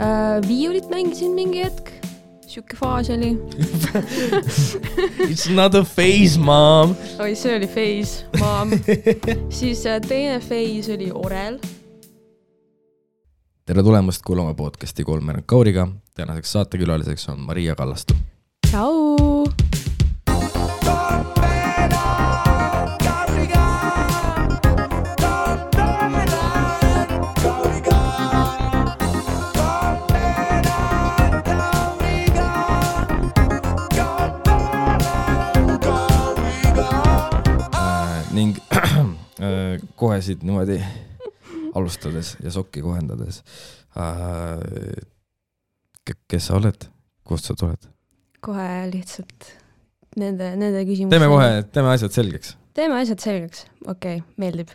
Äh, viiulit mängisin mingi hetk , sihuke faas oli . It's not a phase , mom . oi , see oli feis , maam . siis äh, teine feis oli orel . tere tulemast kuulama podcasti Kolmveerand Kauriga . tänaseks saatekülaliseks on Maria Kallastu . tšau . ning äh, kohe siit niimoodi alustades ja sokki kohendades äh, . kes sa oled , kust sa tuled ? kohe lihtsalt nende , nende küsimustega . teeme kohe , teeme asjad selgeks . teeme asjad selgeks , okei okay, , meeldib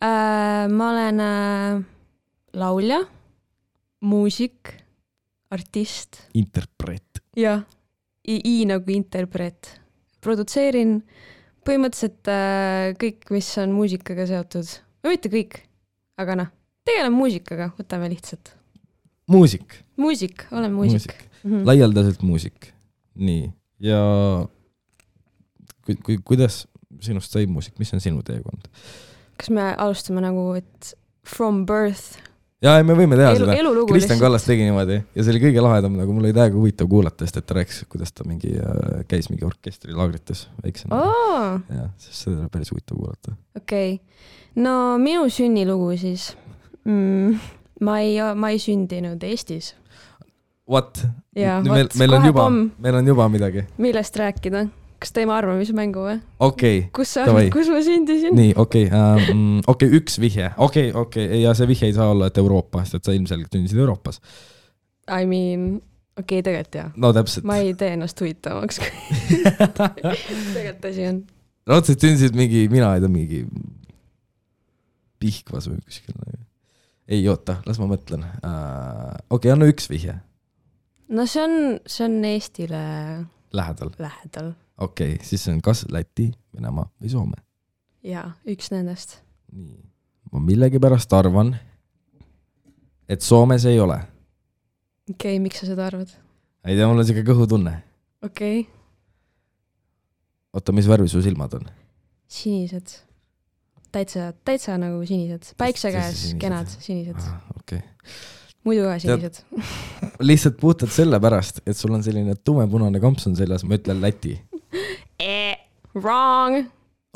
äh, . ma olen äh, laulja , muusik , artist interpreet . jah , I nagu interpreet . produtseerin põhimõtteliselt äh, kõik , mis on muusikaga seotud , no mitte kõik , aga noh , tegelen muusikaga , võtame lihtsalt . muusik, muusik , olen muusik . Mhm. muusik. , laialdaselt muusik . nii , ja kui, kui, kuidas sinust sai muusik , mis on sinu teekond ? kas me alustame nagu , et from birth ja , ei me võime teha elu , seda . elulugu Kristjan Kallas tegi niimoodi ja see oli kõige lahedam , nagu mul oli täiega huvitav kuulata , sest et ta rääkis , kuidas ta mingi äh, käis mingi orkestrilaagrites väiksena oh. . aa , jah , sest seda oli päris huvitav kuulata . okei okay. . no minu sünnilugu siis mm, . ma ei , ma ei sündinud Eestis . What ? jaa , meil , vot , meil on kohe juba pomm ,, meil on juba midagi . millest rääkida . kas teeme arvamismängu või ? okei okay. , kus sa Davai. , kus ma sündisin ? nii okei okay, ähm, , okei okay, , üks vihje , okei okay, , okei okay. ja see vihje ei saa olla , et Euroopa , sest et sa ilmselgelt sündisid Euroopas . I mean , okei okay, , tegelikult jah . no täpselt . ma ei tee ennast huvitavaks , kui tegelikult asi on . no otseselt sündisid mingi , mina ei tea , mingi Pihkvas või kuskil . ei oota , las ma mõtlen uh, . okei okay, , anna üks vihje , no see on , see on Eestile lähedal , lähedal okei okay, , siis see on kas Läti , Venemaa või Soome . ja üks nendest . nii , ma millegipärast arvan , et Soomes ei ole . okei okay, , miks sa seda arvad ? ei tea , mul on siuke kõhutunne . okei okay. , oota , mis värvi su silmad on ? sinised . täitsa , täitsa nagu sinised , päikse Täitsa käes sinised. kenad sinised , Ah, okei okay. , muidu ka Tead- sinised . lihtsalt puhtalt sellepärast , et sul on selline tumepunane kamps on seljas , ma ütlen Läti . Eh, Wrong ,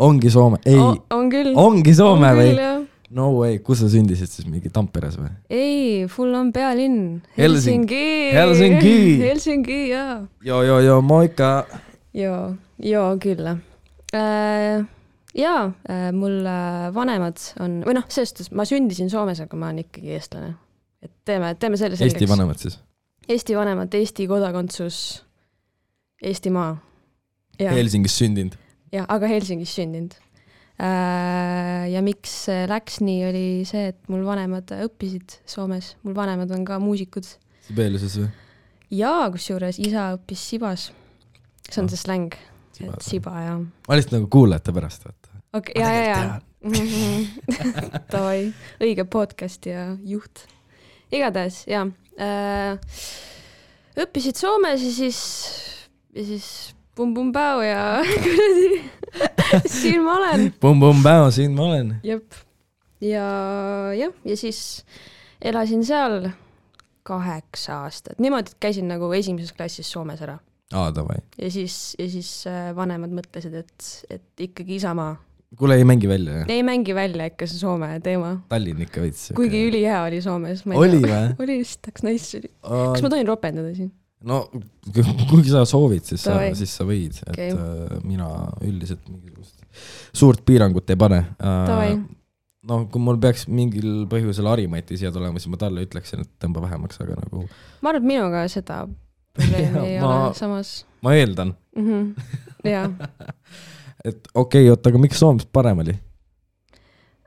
ongi Soome , ei oh, , on küll . ongi Soome või ?? ei , no way , kus sa sündisid siis , mingi Tamperes või ? full on pealinn . Helsing- Helsingi . Helsingi. Helsingi , jaa jo , jo , jo , moika . joo , joo kyllä äh, . jaa äh, , mul äh, vanemad on , või noh , selles suhtes ma sündisin Soomes , aga ma olen ikkagi eestlane . et teeme , teeme selle Eesti selgeks . vanemad siis . Eesti vanemad , Eesti kodakondsus , Eestimaa . ja , Helsingis sündinud . ja aga Helsingis sündinud äh, . ja miks see läks nii , oli see , et mul vanemad õppisid Soomes , mul vanemad on ka muusikud Sibeliuses või ? ja kusjuures isa õppis Sibas . see on see släng , et ma Siba ja lihtsalt nagu kuulajate pärast , vaata . okei , ja , ja , ja . Davai , õige podcast ja juht . igatahes ja äh, , õppisid Soomes ja siis , ja siis pumm-pumm-päu ja kuradi , siin ma olen , Pumm-pumm-päo , siin ma olen . jep . ja jah , ja siis elasin seal kaheksa aastat , niimoodi , et käisin nagu esimeses klassis Soomes ära aa , davai . ja siis , ja siis äh, vanemad mõtlesid , et , et ikkagi Isamaa kuule , ei mängi välja , jah ? ei mängi välja ikka see Soome teema , Tallinn ikka veits . kuigi ülihea oli Soomes . oli või ? oli vist , tahaks nice oli . kas ma tohin ropendada siin ? no kui sa soovid , siis sa Davai. , siis sa võid , et Okei. äh, mina üldiselt mingisugust suurt piirangut ei pane . Davai , no kui mul peaks mingil põhjusel Harimati siia tulema , siis ma talle ütleksin , et tõmba vähemaks , aga nagu ma arvan , et minuga seda probleemi ei ma- ole , samas ma eeldan , Mhm. jaa . et okei okay, , oota , aga miks Soomes parem oli ?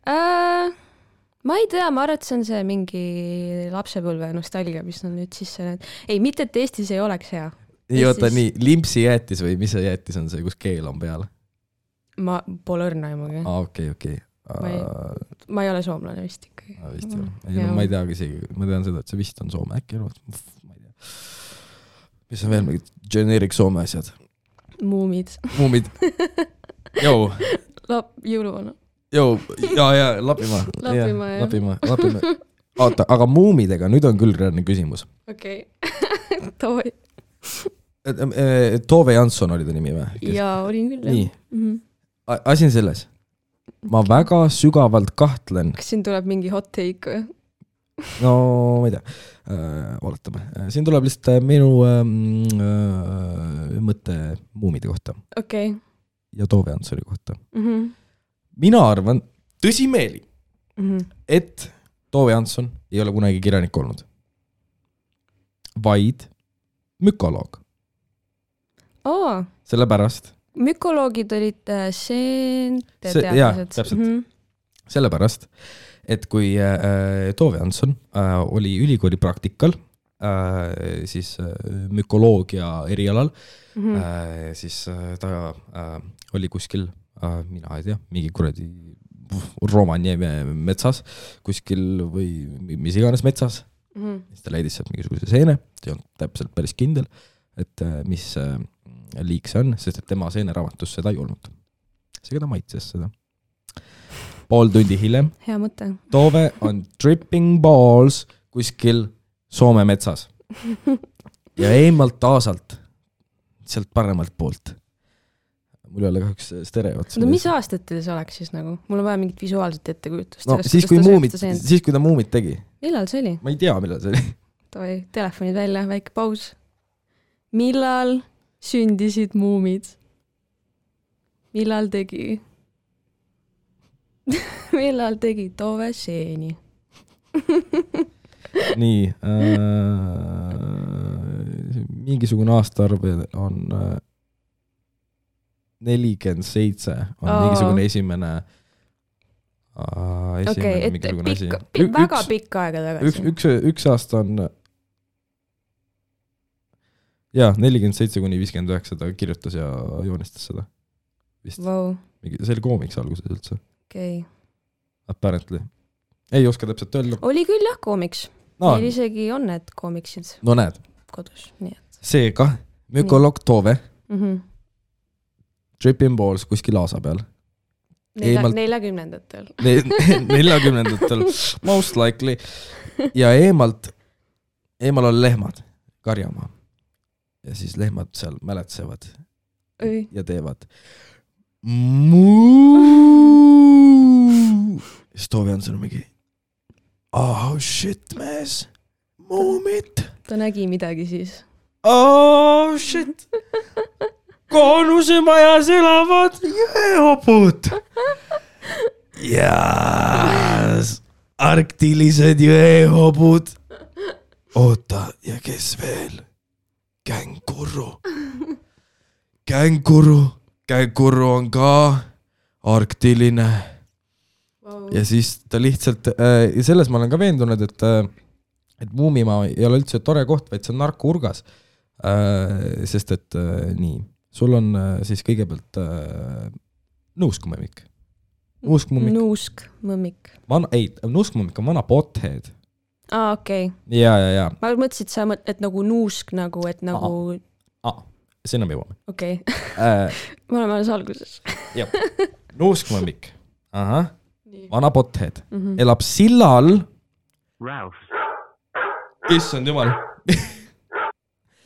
Äh, ma ei tea , ma arvan , et see on see mingi lapsepõlve nostalgia , mis on nüüd sisse läinud . ei , mitte et Eestis ei oleks hea . ei Mis oota , siis? nii , limpsi jäätis või mis see jäätis on see , kus keel on peal ? ma pole õrna aimugi . aa , okei , okei . Ma ei- ma ei ole soomlane vist ikkagi . Ah, vist ei ole Mm, . ei no jah. ma ei tea ka isegi , ma tean seda , et see vist on Soome , äkki ei ole , ma ei tea . mis on veel mingid generic Soome asjad , muumid , muumid , jõu , lap- , jõuluvana . jõu ja , ja Lapimaa . Lapimaa, jah. Lapimaa , Lapimaa . oota , aga muumidega , nüüd on küll reaalne küsimus . okei okay. , davai . Tove Jansson oli ta nimi või ? jaa , olin küll jah nii , mm . -hmm. asi on selles , ma väga sügavalt kahtlen , kas siin tuleb mingi hot take või ? no ma ei tea , oletame , siin tuleb lihtsalt äh, minu ähm, äh, mõte muumide kohta okei okay. ja Tove Jansoni kohta . mm . mina arvan tõsimeeli , -hmm. et Tove Janson ei ole kunagi kirjanik olnud , vaid mükoloog , aa , sellepärast , mükoloogid olid äh, seente See- jaa, teadlased täpselt. sellepärast , et kui äh, Tove Janson äh, oli ülikooli praktikal äh, siis äh, mükoloogia erialal -hmm. äh, , siis äh, ta äh, oli kuskil äh, , mina ei tea , mingi kuradi Romani metsas kuskil või mi- mis iganes metsas , Mm -hmm. siis ta leidis sealt mingisuguse seene , ta ei olnud täpselt päris kindel , et äh, mis äh, liik see on , sest et tema seeneraamatus seda ei olnud . seega ta maitses seda . pool tundi hiljem , hea mõte . Toove on tripping balls kuskil Soome metsas . ja eemalt taasalt , sealt paremalt poolt . mul ei ole kahjuks stereot . no mis aastatel see oleks siis nagu ? mul on vaja mingit visuaalset ettekujutust . no siis , kui muumid , siis kui ta muumid tegi , millal see oli ? ma ei tea , millal see oli . davai , telefonid välja , väike paus . millal sündisid muumid ? millal tegi ? millal tegi Tove seeni ? nii äh, . mingisugune aastaarv on äh, nelikümmend seitse , on Aa. oh. mingisugune esimene äh, . okei , et mingisugune asi. pikk , Ü- väga üks- pikka aega üks , tagasi . üks , üks aasta on . jaa , nelikümmend seitse kuni viiskümmend üheksa ta kirjutas ja joonistas seda . vist wow. , Vau , see oli koomiks alguses üldse , okei . apparently . ei oska täpselt öelda oli küll jah koomiks no. , no, . meil isegi on need koomiksid no näed , kodus , nii et seega mükoloog Toove , mm . -hmm. Trip in balls kuskil aasa peal , Nelja , Eemalt- neljakümnendatel . neljakümnendatel most likely ja eemalt , eemal on lehmad , karjamaa . ja siis lehmad seal mäletsevad Oi. ja teevad muu . siis Toovi Hansen on mingi oh shit mees , muumid , ta nägi midagi siis . oh shit . koonusemajades elavad jõehobud . ja arktilised jõehobud . oota , ja kes veel ? känguru . känguru , känguru on ka arktiline Wow. ja siis ta lihtsalt äh, ja selles ma olen ka veendunud , et äh, et Muumimaa ei ole üldse tore koht , vaid see on narkourgas äh, . sest et äh, nii , sul on äh, siis kõigepealt äh, nuuskmummik , nuuskmummik , nuusk , mõmmik . vana , ei , nuuskmummik on vana pothead aa , okei okay. . ja , ja , ja ma mõtlesin , et sa mõtled , et nagu nuusk nagu , et nagu , ah, , sinna me jõuame okei okay. , äh, . me oleme alles alguses . nuuskmummik , ahah , nii . vana pothead Mm -hmm. elab silla all , Ralph. issand jumal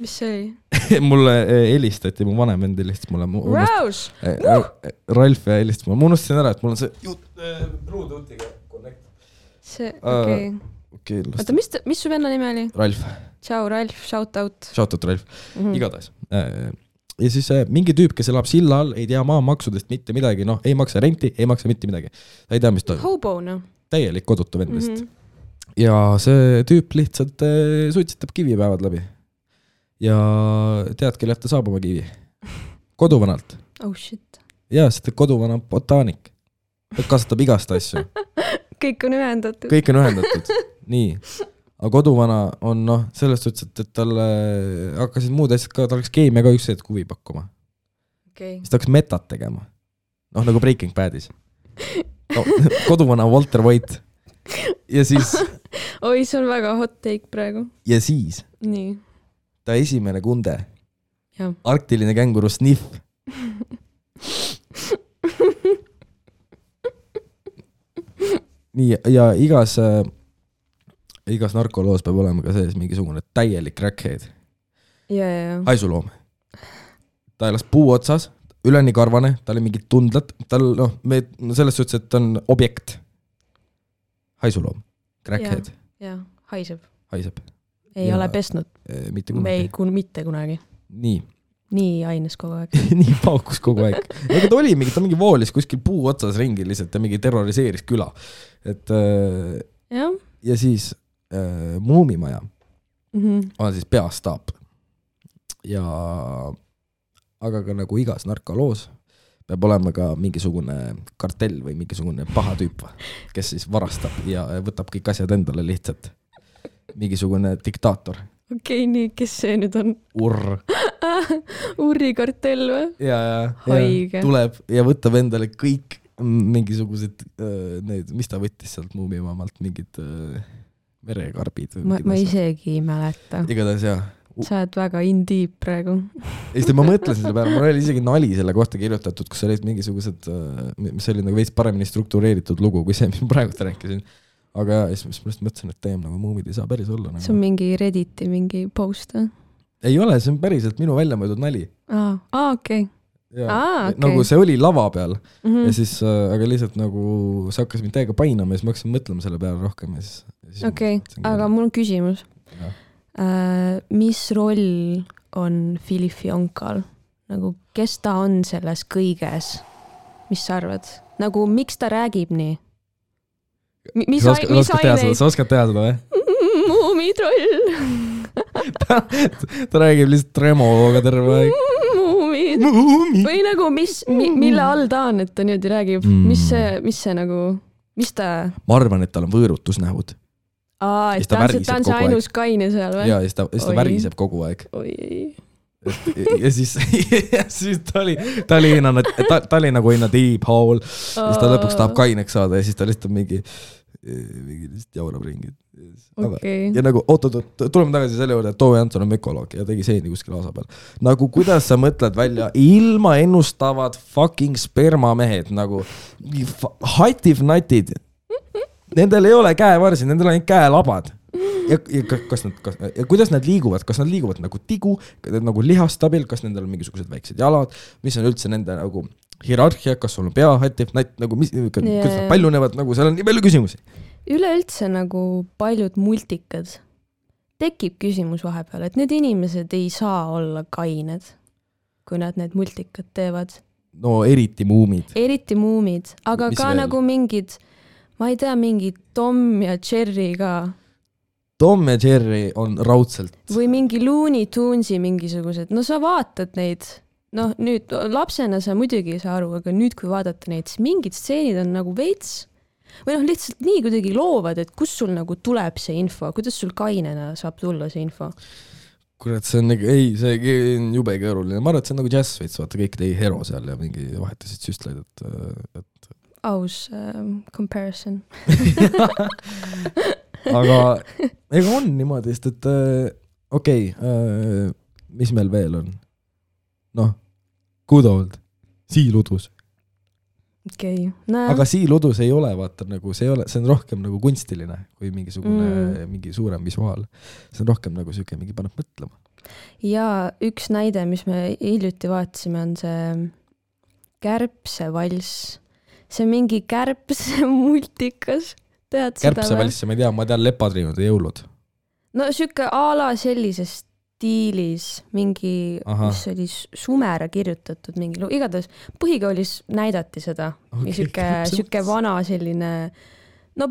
mis see oli ? mulle äh, helistati , mu vanem vend helistas mulle , mu Rouse , Äh, äh, Ralf ja helistas mulle , ma unustasin ära , et mul on see jut- , ruudutiga connect . see , Äh, okei okay. . okei , las oota , mis , mis su venna nimi oli ? Ralf , tšau , Ralf , shout out shout out Ralf , mm . -hmm. igatahes . ja siis äh, mingi tüüp , kes elab silla all , ei tea maamaksudest mitte midagi , noh , ei maksa renti , ei maksa mitte midagi . ta ei tea , mis toimub , Hobo , noh . täielik kodutu vend vist mm . -hmm. ja see tüüp lihtsalt äh, suitsetab kivipäevad läbi . ja tead , kellelt ta saab oma kivi ? koduvanalt oh shit . ja , sest et koduvana on botaanik . ta kasvatab igast asju . kõik on ühendatud . kõik on ühendatud , nii . aga koduvana on noh , selles suhtes , et , et talle hakkasid muud asjad ka , ta läks keemia ka üks hetk huvi pakkuma , okei siis ta hakkas metat tegema . noh , nagu Breaking Badis . no, koduvana Walter White . ja siis , oi , see on väga hot take praegu . ja siis nii , ta esimene kunde , jah . arktiline känguru Sniff . nii , ja igas äh, , igas narkoloos peab olema ka sees mingisugune täielik crackhead , ja , ja , ja . haisuloom . ta elas puu otsas , üleni karvane , tal oli mingid tundlad , tal noh , me no selles suhtes , et ta on objekt . haisuloom , crackhead , jah , haiseb . haiseb ei Ja- ja. ole pesnud , eh, mitte me ei kunagi . kun- , mitte kunagi . nii nii aines kogu aeg . nii paukus kogu aeg . ega ta oli mingi , ta mingi voolis kuskil puu otsas ringi lihtsalt ja mingi terroriseeris küla . et äh, jah ja siis äh, Muumimaja mm . -hmm. on siis peastaap . ja aga ka nagu igas narkoloos peab olema ka mingisugune kartell või mingisugune paha tüüp , kes siis varastab ja võtab kõik asjad endale lihtsalt . mingisugune diktaator , okei okay, , nii , kes see nüüd on ? urr urikartell või ? ja , ja , ja Haige. tuleb ja võtab endale kõik m- mingisugused öö, need , mis ta võttis sealt Muumimaamalt , mingid öö, verekarbid või ma , ma mingid asjad. isegi ei mäleta . igatahes jaa . sa oled väga in deep praegu . ja siis ma mõtlesin selle peale , mul oli isegi nali selle kohta kirjutatud , kus olid mingisugused , mis oli nagu veits paremini struktureeritud lugu kui see , mis ma praegult rääkisin . aga ja siis ma- siis ma lihtsalt mõtlesin , et damn , nagu muumid ei saa päris olla see on nagu . mingi Redditi mingi post või ? ei ole , see on päriselt minu välja mõeldud nali . aa , okei . Mhm. Aa, okei. nagu see oli lava peal Mm. ja siis , aga lihtsalt nagu see hakkas mind täiega painama ja siis ma hakkasin mõtlema selle peale rohkem ja siis . okei , aga . mul on küsimus . mis roll on Philip Jonkal ? nagu , kes ta on selles kõiges ? mis sa arvad ? nagu , miks ta räägib nii ? mis , sa oskad , sa mis oskad teha seda , aineid ? sa oskad teha seda või ? muumitroll . ta räägib lihtsalt tremologa terve aeg . muumid . muumi . Mm, või nagu , mis mi, , mille all ta on , et ta niimoodi räägib Mm. mm. , mis see , mis see nagu , mis ta , ma arvan , et tal on võõrutusnähud aa , Siis et ta ta on see , väriseb ta on see kogu aeg. ainus kaine seal või ? ja siis ta , siis ta Oi. väriseb kogu aeg . oi ei , ja siis , ja siis ta oli , ta oli in a , ta , ta oli nagu in a deep hole . siis ta lõpuks tahab kaineks saada ja siis ta lihtsalt on mingi , mingi lihtsalt jaurab ringi . aga okei , ja nagu oot-oot-oot , tuleme tagasi selle juurde , et Toovi Antson on ökoloog ja tegi seeni kuskil Aasa peal . nagu kuidas sa mõtled välja ilma ennustavad fucking spermamehed nagu mingi fa- hativ-natid . Nendel ei ole käevarsi , nendel on ainult käelabad . ja , ja ka- kas nad , kas ja kuidas nad liiguvad , kas nad liiguvad nagu tigu , nagu lihaste abil , kas nendel on mingisugused väiksed jalad , mis on üldse nende nagu hierarhia , kas sul on pea hativ , natt nagu mis , kuidas nad jaa. paljunevad , nagu seal on nii palju küsimusi . üleüldse nagu paljud multikad , tekib küsimus vahepeal , et need inimesed ei saa olla kained , kui nad need multikad teevad , no eriti muumid . eriti muumid , aga Mis mis ka veel? veel? nagu mingid , ma ei tea , mingid Tom ja Jerry ka Tom ja Jerry on raudselt , või mingi Looney Tunes'i mingisugused , no sa vaatad neid , noh , nüüd lapsena sa muidugi ei saa aru , aga nüüd , kui vaadata neid , siis mingid stseenid on nagu veits või noh , lihtsalt nii kuidagi loovad , et kust sul nagu tuleb see info , kuidas sul kainena saab tulla see info ? kurat , see on nagu , ei , see ke- on jube keeruline , ma arvan , et see on nagu džäss veits , vaata kõik tegi hero seal ja mingi vahetasid süstlaid , et , et aus äh, comparison . aga ega on niimoodi , sest et äh, okei okay, , mis meil veel on ? noh , good old , siiludus , okei okay. , nojah , aga siiludus ei ole , vaata nagu see ei ole , see on rohkem nagu kunstiline kui mingisugune mm. Mm. , mingi suurem visuaal . see on rohkem nagu siuke , mingi paneb mõtlema . ja üks näide , mis me hiljuti vaatasime , on see kärbsevalss . see on mingi kärbsemultikas , tead seda või ? kärbsevalss , ma ei tea , ma tean lepatriinud ja jõulud . no sihuke a la sellises stiilis mingi , Ahah. mis oli s- Sumera kirjutatud mingi lugu , igatahes põhikoolis näidati seda okay, , sihuke , sihuke vana selline , no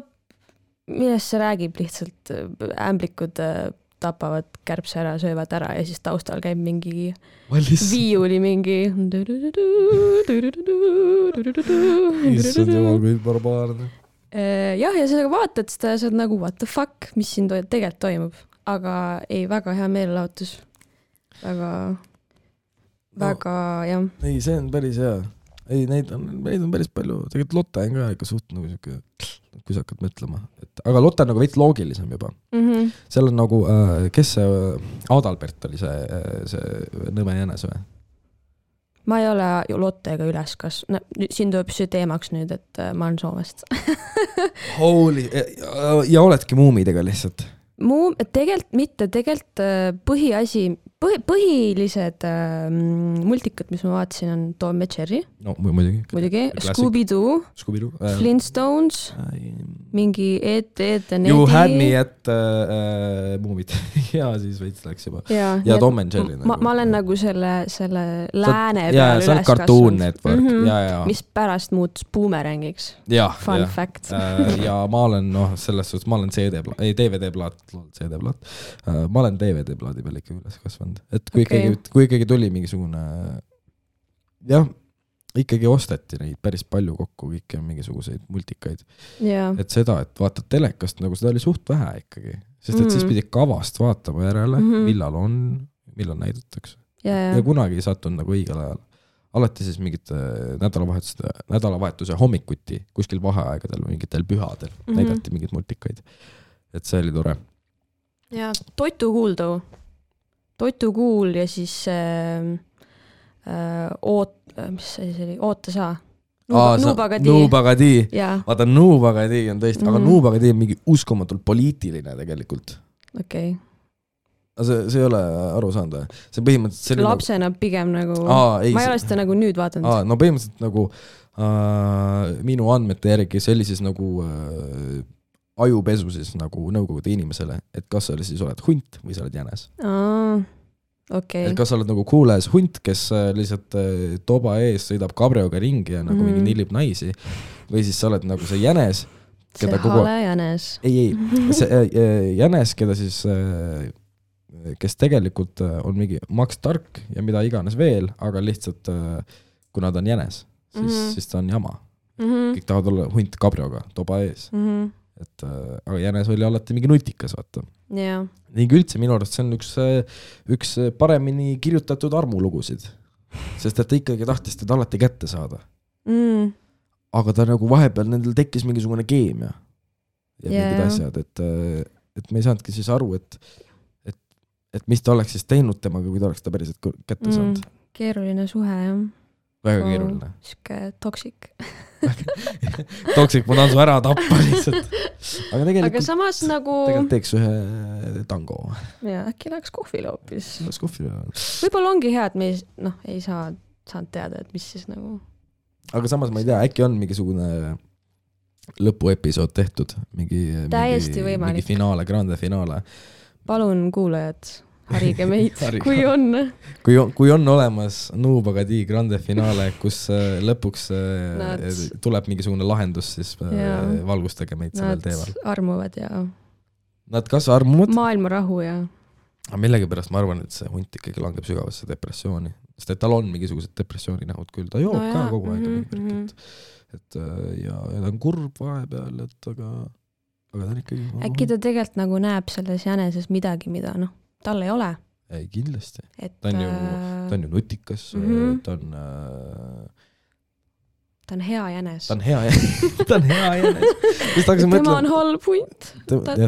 millest see räägib lihtsalt , ämblikud äh, tapavad kärbse ära , söövad ära ja siis taustal käib mingi vallis . viiuli mingi . issand jumal , kui barbaarne . Äh, jah , ja sa vaatad seda ja sa oled nagu what the fuck , mis siin to tegelikult toimub , aga ei , väga hea meelelahutus . väga , väga no. jah , ei , see on päris hea . ei , neid on , neid on päris palju , tegelikult Lotte on ka ikka suht nagu siuke , kui sa hakkad mõtlema , et aga Lotte on nagu veits loogilisem juba . mm . seal on nagu , kes see , Adalbert oli see , see nõme jänes või ? -hmm. ma ei ole ju Lottega üles kasvanud no, , siin tuleb see teemaks nüüd , et äh, ma olen Soomest . Holy , ja oledki muumidega lihtsalt . mu , tegelikult mitte , tegelikult äh, põhiasi , põhi , põhilised äh, mm, multikad , mis ma vaatasin , on Tom ja Jerry no mu- muidugi . muidugi , Classic. Scooby-Doo , Scooby-Doo . Äh, Flintstones , mingi E Ed , Ed ja Nedi . You had me at äh, uh, uh, muumid ja siis veits läks juba . ja, ja Tom and Jerry ma , ma olen . nagu selle , selle lääne ja , ja see on Cartoon Network mm Mhm. -hmm. ja , ja , mis pärast muutus buumerangiks , ja , fun ja yeah. . fact . Äh, ja ma olen noh , selles suhtes ma olen CD-plaat , ei DVD-plaat , CD-plaat . Äh, ma olen DVD-plaadi peal ikka üles kasvanud , et kui Okei. okay. ikkagi , kui ikkagi tuli mingisugune , jah , ikkagi osteti neid päris palju kokku , kõiki mingisuguseid multikaid . jaa , et seda , et vaatad telekast , nagu seda oli suht vähe ikkagi , sest et mm. siis Mhm. pidi kavast vaatama järele mm , Mhm. -hmm. millal on , millal näidatakse jaa , ja jaa . kunagi ei sattunud nagu õigel ajal . alati siis mingite nädalavahetuste , nädalavahetuse hommikuti kuskil vaheaegadel või mingitel pühadel mm Mhm. -hmm. näidati mingeid multikaid . et see oli tore . jaa , Toitu kuul too . Toitu kuul ja siis äh, äh, oot- , mis asi see oli , oota sa . Nuubagadi , Nuubagadi , jaa , vaata Nuubagadi on tõesti mm , -hmm. Mhm. aga Nuubagadi on mingi uskumatult poliitiline tegelikult . okei . aga see , see ei ole aru saanud või ? see põhimõtteliselt see oli lapsena pigem nagu , nagu , aa ei , ma ei ole seda nagu nüüd vaadanud . aa , no põhimõtteliselt nagu äh, minu andmete järgi see oli siis nagu äh, ajupesu siis nagu Nõukogude inimesele , et kas sa oli- siis oled hunt või sa oled jänes . aa , okei et . kas sa oled nagu cool ass hunt , kes äh, lihtsalt äh, toba ees sõidab kabrioga ringi ja nagu mm. mingi Mhm. nillib naisi , või siis sa oled nagu see jänes , see keda kogu aeg- hale jänes . ei , ei , see äh, äh, jänes , keda siis äh, kes tegelikult äh, on mingi Max Stark ja mida iganes veel , aga lihtsalt äh, kuna ta on jänes , siis mm , Mhm. -hmm. siis ta on jama . kõik tahavad olla hunt kabrioga toba ees , Mhm. et äh, aga jänes oli alati mingi nutikas , vaata . jah , ning üldse minu arust see on üks , üks paremini kirjutatud armulugusid . sest et ta ikkagi tahtis teda alati kätte saada , Mm. aga ta nagu vahepeal nendel tekkis mingisugune keemia ja yeah. mingid Jaa. asjad , et , et me ei saanudki siis aru , et , et , et mis ta oleks siis teinud temaga , kui ta oleks ta päriselt kõ- kätte saanud . Mm, keeruline suhe jah , väga Wow. keeruline . sihuke toksik . toksik , ma tahan su ära tappa lihtsalt . aga aga tegelikult , samas nagu , tegelikult teeks ühe äh, tango jaa , äkki läheks kohvile hoopis . las kohvi peale . võib-olla ongi hea , et me ei , noh , ei saa , saanud teada , et mis siis nagu . aga samas ma ei tea , äkki on mingisugune lõpuepisood tehtud , mingi . Täiesti võimalik. mingi finaale , grande finaale . palun , kuulajad , harige meid Harige. , kui on . kui , kui on olemas Nubagadi grande finaale , kus äh, lõpuks äh, Nad- tuleb mingisugune lahendus , siis äh, Jaa. valgustage meid sellel Nad teemal . armuvad ja Nad kas armuvad , maailma rahu ja aga millegipärast ma arvan , et see hunt ikkagi langeb sügavasse depressiooni , sest et tal on mingisugused depressiooninähud küll , ta joob No no ka jaa, kogu aeg mhm, mm , -hmm. et , et äh, ja , ja ta on kurb vahepeal , et aga , aga ta on ikkagi . äkki ta tegelikult nagu näeb selles jäneses midagi , mida noh , tal ei ole , ei , kindlasti , et Ta on ju- ta äh, on ju nutikas mm , Mhm. -hmm. ta on äh, , ta on hea jänes ta . on hea jänes , ta on hea jänes . siis ta hakkas tema on mõtlema . halb hunt ,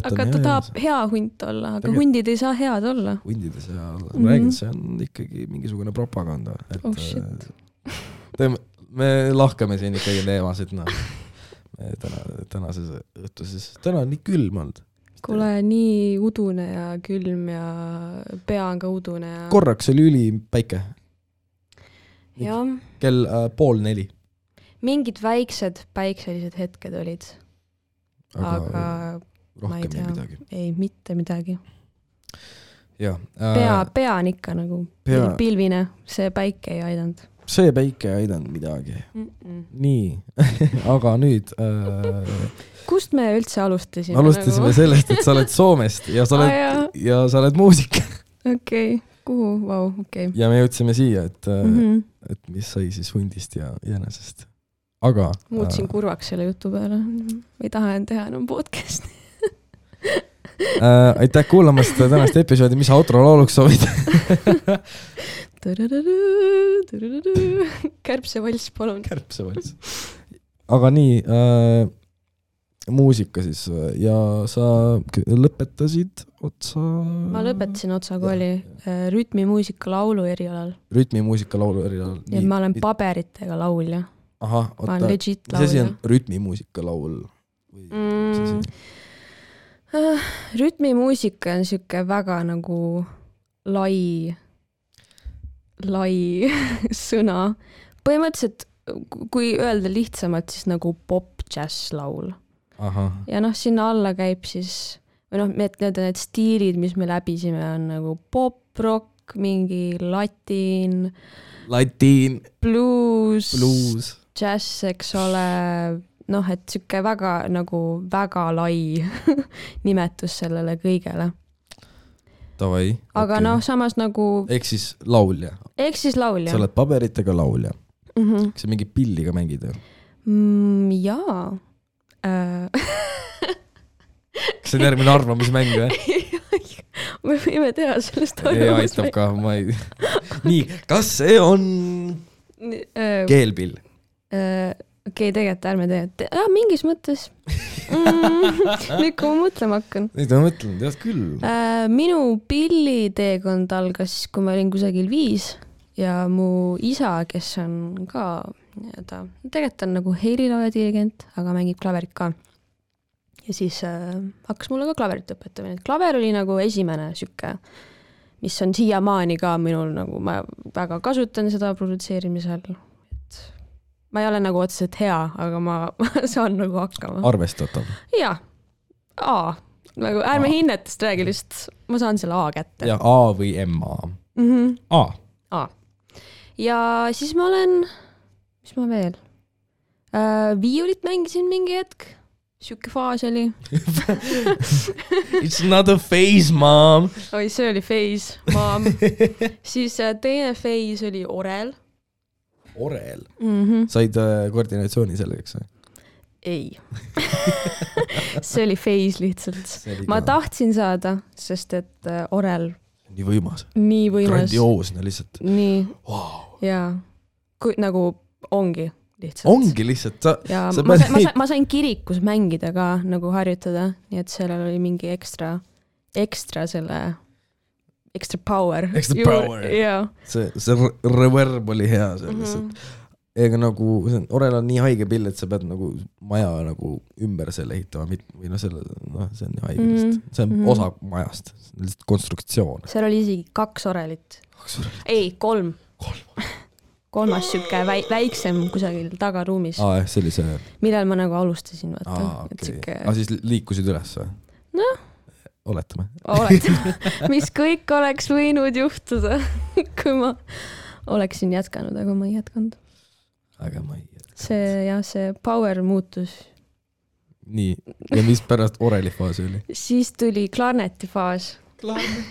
aga ta tahab . hea hunt olla , aga Tegelikult- hundid ei saa head olla . hundides ja Mhm. ma räägin , see on ikkagi mingisugune propaganda , et Oh shit. äh, teeme , me lahkame siin ikkagi teemasid , noh . me täna , tänases õhtuses , täna on nii külm olnud . kuule , nii udune ja külm ja pea on ka udune ja . korraks oli ülipäike , jah , kell äh, pool neli , mingid väiksed päikselised hetked olid , aga, aga aga ma ei rohkem ei tea. midagi . ei mitte midagi . jah pea äh, ,, pea on ikka nagu pea , pilvine , see päike ei aidanud see päike ei aidanud midagi . mm . -mm. nii , aga nüüd äh, kust me üldse alustasime ? alustasime nagu? nagu... sellest , et sa oled Soomest ja sa oled ah, . ja sa oled muusik okei okay. , kuhu , vau , okei . ja me jõudsime siia , et mm , Mhm. -hmm. et mis sai siis hundist ja jänesest . aga äh. muutsin kurvaks selle jutu peale , ei taha enam teha enam podcast'i . äh, aitäh kuulamast tänast episoodi , mis outro lauluks soovid ? kärbsevalss , palun . kärbsevalss . aga nii äh, , muusika siis äh, ja sa k- lõpetasid otsa . ma lõpetasin Otsa kooli äh, rütmimuusika laulu erialal rütmimuusika laulu erialal . ja ma olen . paberitega laulja . ahah , ma oota olen , legit mis asi laulja on . rütmimuusika laul ? mis asi Mm, äh, rütmimuusika on sihuke väga nagu lai , lai sõna . põhimõtteliselt , kui öelda lihtsamalt , siis nagu pop-džässlaul ahah , ja noh , sinna alla käib siis või noh , need , need , need stiilid , mis me läbisime , on nagu pop-rock , mingi latin , latiin , bluus, bluus . džäss , eks ole , noh , et sihuke väga nagu väga lai nimetus sellele kõigele , Davai . aga okay. noh , samas nagu ehk siis laulja , ehk siis laulja sa . oled paberitega laulja , Mm -hmm. kas sa mingi pilli ka mängid või ? mm, jaa äh, , kas see on järgmine arvamismäng või ? me võime teha sellest ei aitab ka , ma ei . nii , kas see on Äh, keelpill ? Äh, okei okay, , tegelikult ärme tee , et ah, mingis mõttes mm, . nüüd , kui ma mõtlema hakkan nüüd ma mõtlen , tead küll . äh, . minu pilliteekond algas siis , kui ma olin kusagil viis ja mu isa , kes on ka nii-öelda , tegelikult ta on nagu helilooja dirigent , aga mängib klaverit ka . ja siis äh, hakkas mulle ka klaverit õpetama , et klaver oli nagu esimene sihuke , mis on siiamaani ka minul nagu , ma väga kasutan seda produtseerimisel , et ma ei ole nagu otseselt hea , aga ma saan nagu hakkama . arvestatav . jaa , A , nagu ärme A. hinnetest räägi lihtsalt , ma saan selle A kätte . ja A või M A ? Mm -hmm. A . ja siis ma olen , mis ma veel äh, , viiulit mängisin mingi hetk , sihuke faas oli , It's not a face , mom . oi , see oli feis , ma siis äh, teine feis oli orel orel . mm . -hmm. said äh, koordinatsiooni selgeks või ? ei , see oli feis lihtsalt . ma . tahtsin saada , sest et äh, orel nii võimas . nii võimas , grandioosne lihtsalt nii wow. . jaa , kui nagu ongi lihtsalt . ongi lihtsalt , sa , ja sa ma pead sain , ma nii- sain , ma sain kirikus mängida ka nagu harjutada , nii et sellel oli mingi ekstra , ekstra selle , ekstra power . Ekstra power. jaa . see , see re- reverb oli hea seal Mhm. lihtsalt mm . -hmm. ega nagu , orel on nii haige pill , et sa pead nagu maja nagu ümber selle ehitama , või noh , selle , noh , see on nii haige Mhm. lihtsalt . see on mm Mhm. -hmm. osa majast , lihtsalt konstruktsioon . seal oli isegi kaks orelit . ei , kolm . kolm . kolmas sihuke väi- , väiksem kusagil tagaruumis , aa jah , sellise , millal ma nagu alustasin , vaata aa . et okei sihuke okay. , aga siis liikusid üles või ? Noh. . oletame . oletame , mis kõik oleks võinud juhtuda , kui ma oleksin jätkanud , aga ma ei jätkanud . aga ma ei tea . see jah , see power muutus nii , ja mis pärast oreli faasi oli ? siis tuli klarneti faas klarnet ,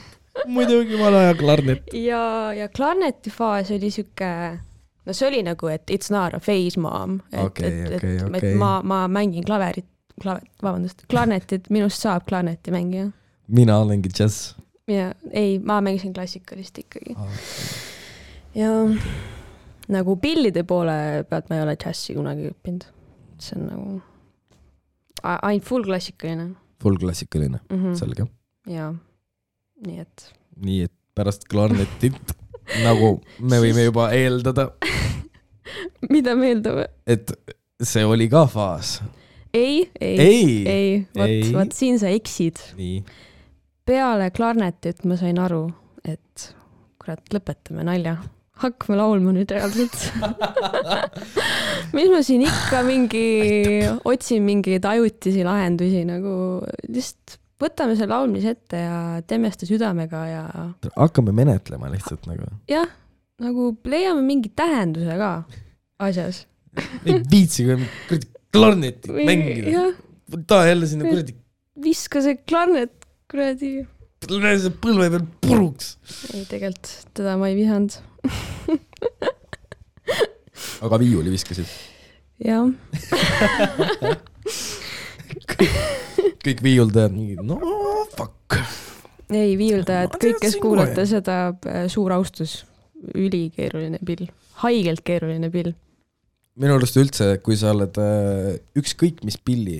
muidugi vana aja klarnet . ja , ja klarneti faas oli sihuke , no see oli nagu , et it's not a phase mom , et Okei, et , okei, et, okei. et ma , ma mängin klaverit , klaver , vabandust , klarnetit , minust saab klarneti mängija . mina olengi džäss . ja ei , ma mängisin klassikalist ikkagi ja nagu pillide poole pealt ma ei ole džässi kunagi õppinud , see on nagu a- ainult full klassikaline Full klassikaline , mm -hmm. selge . ja nii et nii et pärast klarnetit , nagu me võime juba eeldada , mida me eeldame ? et see oli ka faas . ei , ei, ei , ei , Ei. vot , vot siin sa eksid . nii , peale klarnetit ma sain aru , et kurat , lõpetame nalja . hakkame laulma nüüd reaalselt . mis ma siin ikka mingi , otsin mingeid ajutisi lahendusi nagu lihtsalt võtame selle laulmise ette ja teeme seda südamega ja hakkame menetlema lihtsalt nagu . jah , nagu leiame mingi tähenduse ka asjas . ei viitsi kui kuradi klarnetit mängida . jah , ta jälle sinna kuradi , viska see klarnet kuradi löö see põlve peal puruks . ei , tegelikult teda ma ei vihanud . aga viiuli viskasid . jah , kõik viiuldajad mingid , no fuck . ei viiuldajad Ma , kõik , teadsin kes kohe. kuulate seda , suur austus . ülikeeruline pill , haigelt keeruline pill . minu arust üldse , kui sa oled äh, ükskõik mis pilli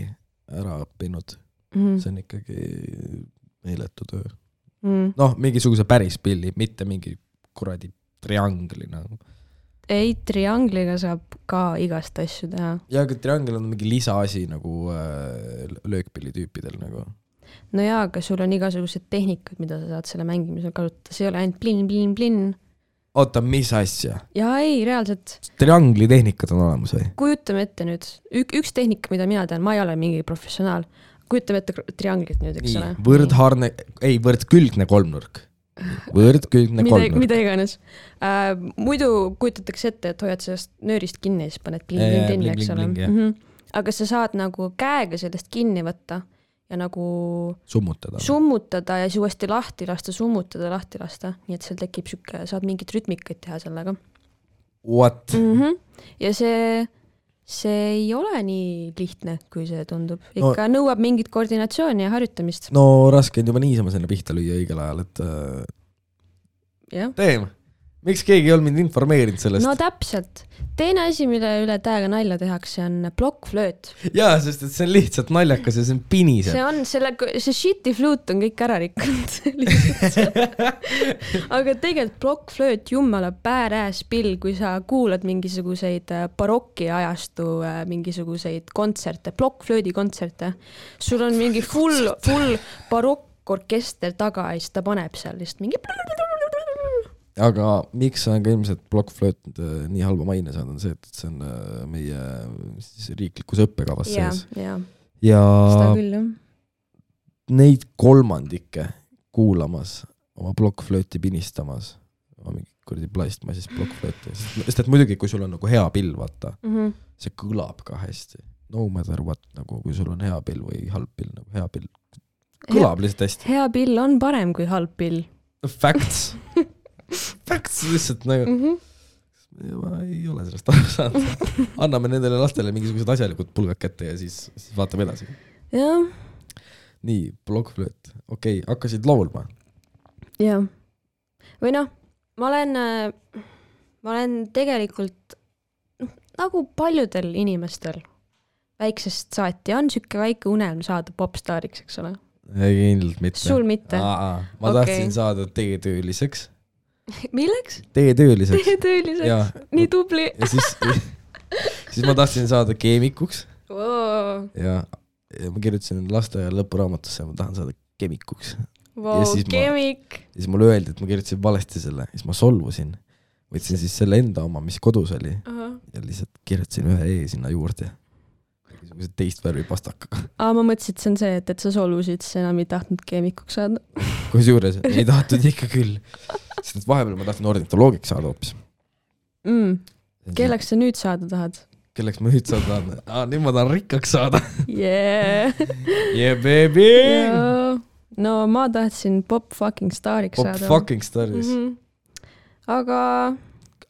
ära õppinud , Mhm. see on ikkagi meeletu töö . Mm. noh , mingisuguse päris pilli , mitte mingi kuradi triangli nagu . ei , triangliga saab ka igast asju teha . ja aga triangel on mingi lisaasi nagu äh, löökpilli tüüpidel nagu . no jaa , aga sul on igasugused tehnikad , mida sa saad selle mängimisel kasutada , see ei ole ainult plinn-plinn-plinn . oota , mis asja ? jaa , ei , reaalselt , triangli tehnikad on olemas või ? kujutame ette nüüd , ük- , üks tehnika , mida mina tean , ma ei ole mingi professionaal , kujutame ette kr- trianglit nüüd , eks nii ole ,. võrdharne , ei , võrdkülgne kolmnurk . võrdkülgne mida , kolmnurk . mida iganes äh, . muidu kujutatakse ette , et hoiad sellest nöörist kinni ja siis paned Jaa, jaa, plinn-plinn-plinn , eks ole bling-bling-bling, jah. mm . -hmm. aga sa saad nagu käega sellest kinni võtta ja nagu summutada . summutada ja siis uuesti lahti lasta , summutada , lahti lasta , nii et seal tekib sihuke , saad mingit rütmikaid teha sellega What ? mm . -hmm. ja see , see ei ole nii lihtne , kui see tundub , ikka no. nõuab mingit koordinatsiooni ja harjutamist , no raske on juba niisama sinna pihta lüüa õigel ajal , et äh, jah . teeme . miks keegi ei olnud mind informeerinud sellest no no, ? täpselt , teine asi , mille üle täiega nalja tehakse , on plokkflööt . jaa , sest et see on lihtsalt naljakas ja see on pinisem see . on selle , see shitty flute on kõik ära rikkunud lihtsalt. aga tegelikult plokkflööt , jumala badass pill , kui sa kuulad mingisuguseid äh, barokiajastu äh, mingisuguseid kontserte , plokkflöödi kontserte , sul on mingi full , full barokkorkester taga ja siis ta paneb seal lihtsalt mingi aga miks on ka ilmselt plokkflööt äh, nii halba maine saanud , on see , et see on äh, meie siis riiklikus õppekavas ja , sees ja ja seda küll jah . neid kolmandikke kuulamas , oma plokkflööti pinistamas , oma mingi kuradi plastmassist plokkflööti , sest et muidugi , kui sul on nagu hea pill , vaata , see kõlab ka hästi . no matter what , nagu kui sul on hea pill või halb pill , nagu hea pill kõlab lihtsalt hästi . hea pill on parem kui halb pill Facts , facts lihtsalt nagu mm . -hmm. Ja ma ei ole sellest aru saanud . anname nendele lastele mingisugused asjalikud pulgad kätte ja siis, siis vaatame edasi . jah , nii , plokkflööt , okei okay, , hakkasid laulma . jah . või noh , ma olen , ma olen tegelikult noh, nagu paljudel inimestel väiksest saati on sihuke väike unelm saada popstaariks , eks ole . ei , kindlalt mitte . sul mitte ? ma okay. Okei. tahtsin saada teetööliseks , milleks ? teetööliseks ja tööliseks , nii tubli . ja siis , siis ma tahtsin saada keemikuks Wow, ja, ja ma kirjutasin lasteaia lõpuraamatusse , ma tahan saada keemikuks . wow, siis ma- kemik , siis mulle öeldi , et ma kirjutasin valesti selle , siis ma solvusin . võtsin siis selle enda oma , mis kodus oli ja lihtsalt kirjutasin ühe E sinna juurde . mingisuguse teist värvi pastakaga . aa , ma mõtlesin , et see on see , et , et sa solvusid , sa enam ei tahtnud keemikuks saada . kusjuures ei tahtnud ikka küll . sest et vahepeal ma tahtsin ornitoloogiks saada hoopis . Mm. kelleks sa nüüd saada tahad kelleks ma nüüd saan saada ? aa , nüüd ma tahan rikkaks saada . yeah. ? Yeah baby ! no ma tahtsin pop fucking staariks pop saada . fucking star'is . -hmm. aga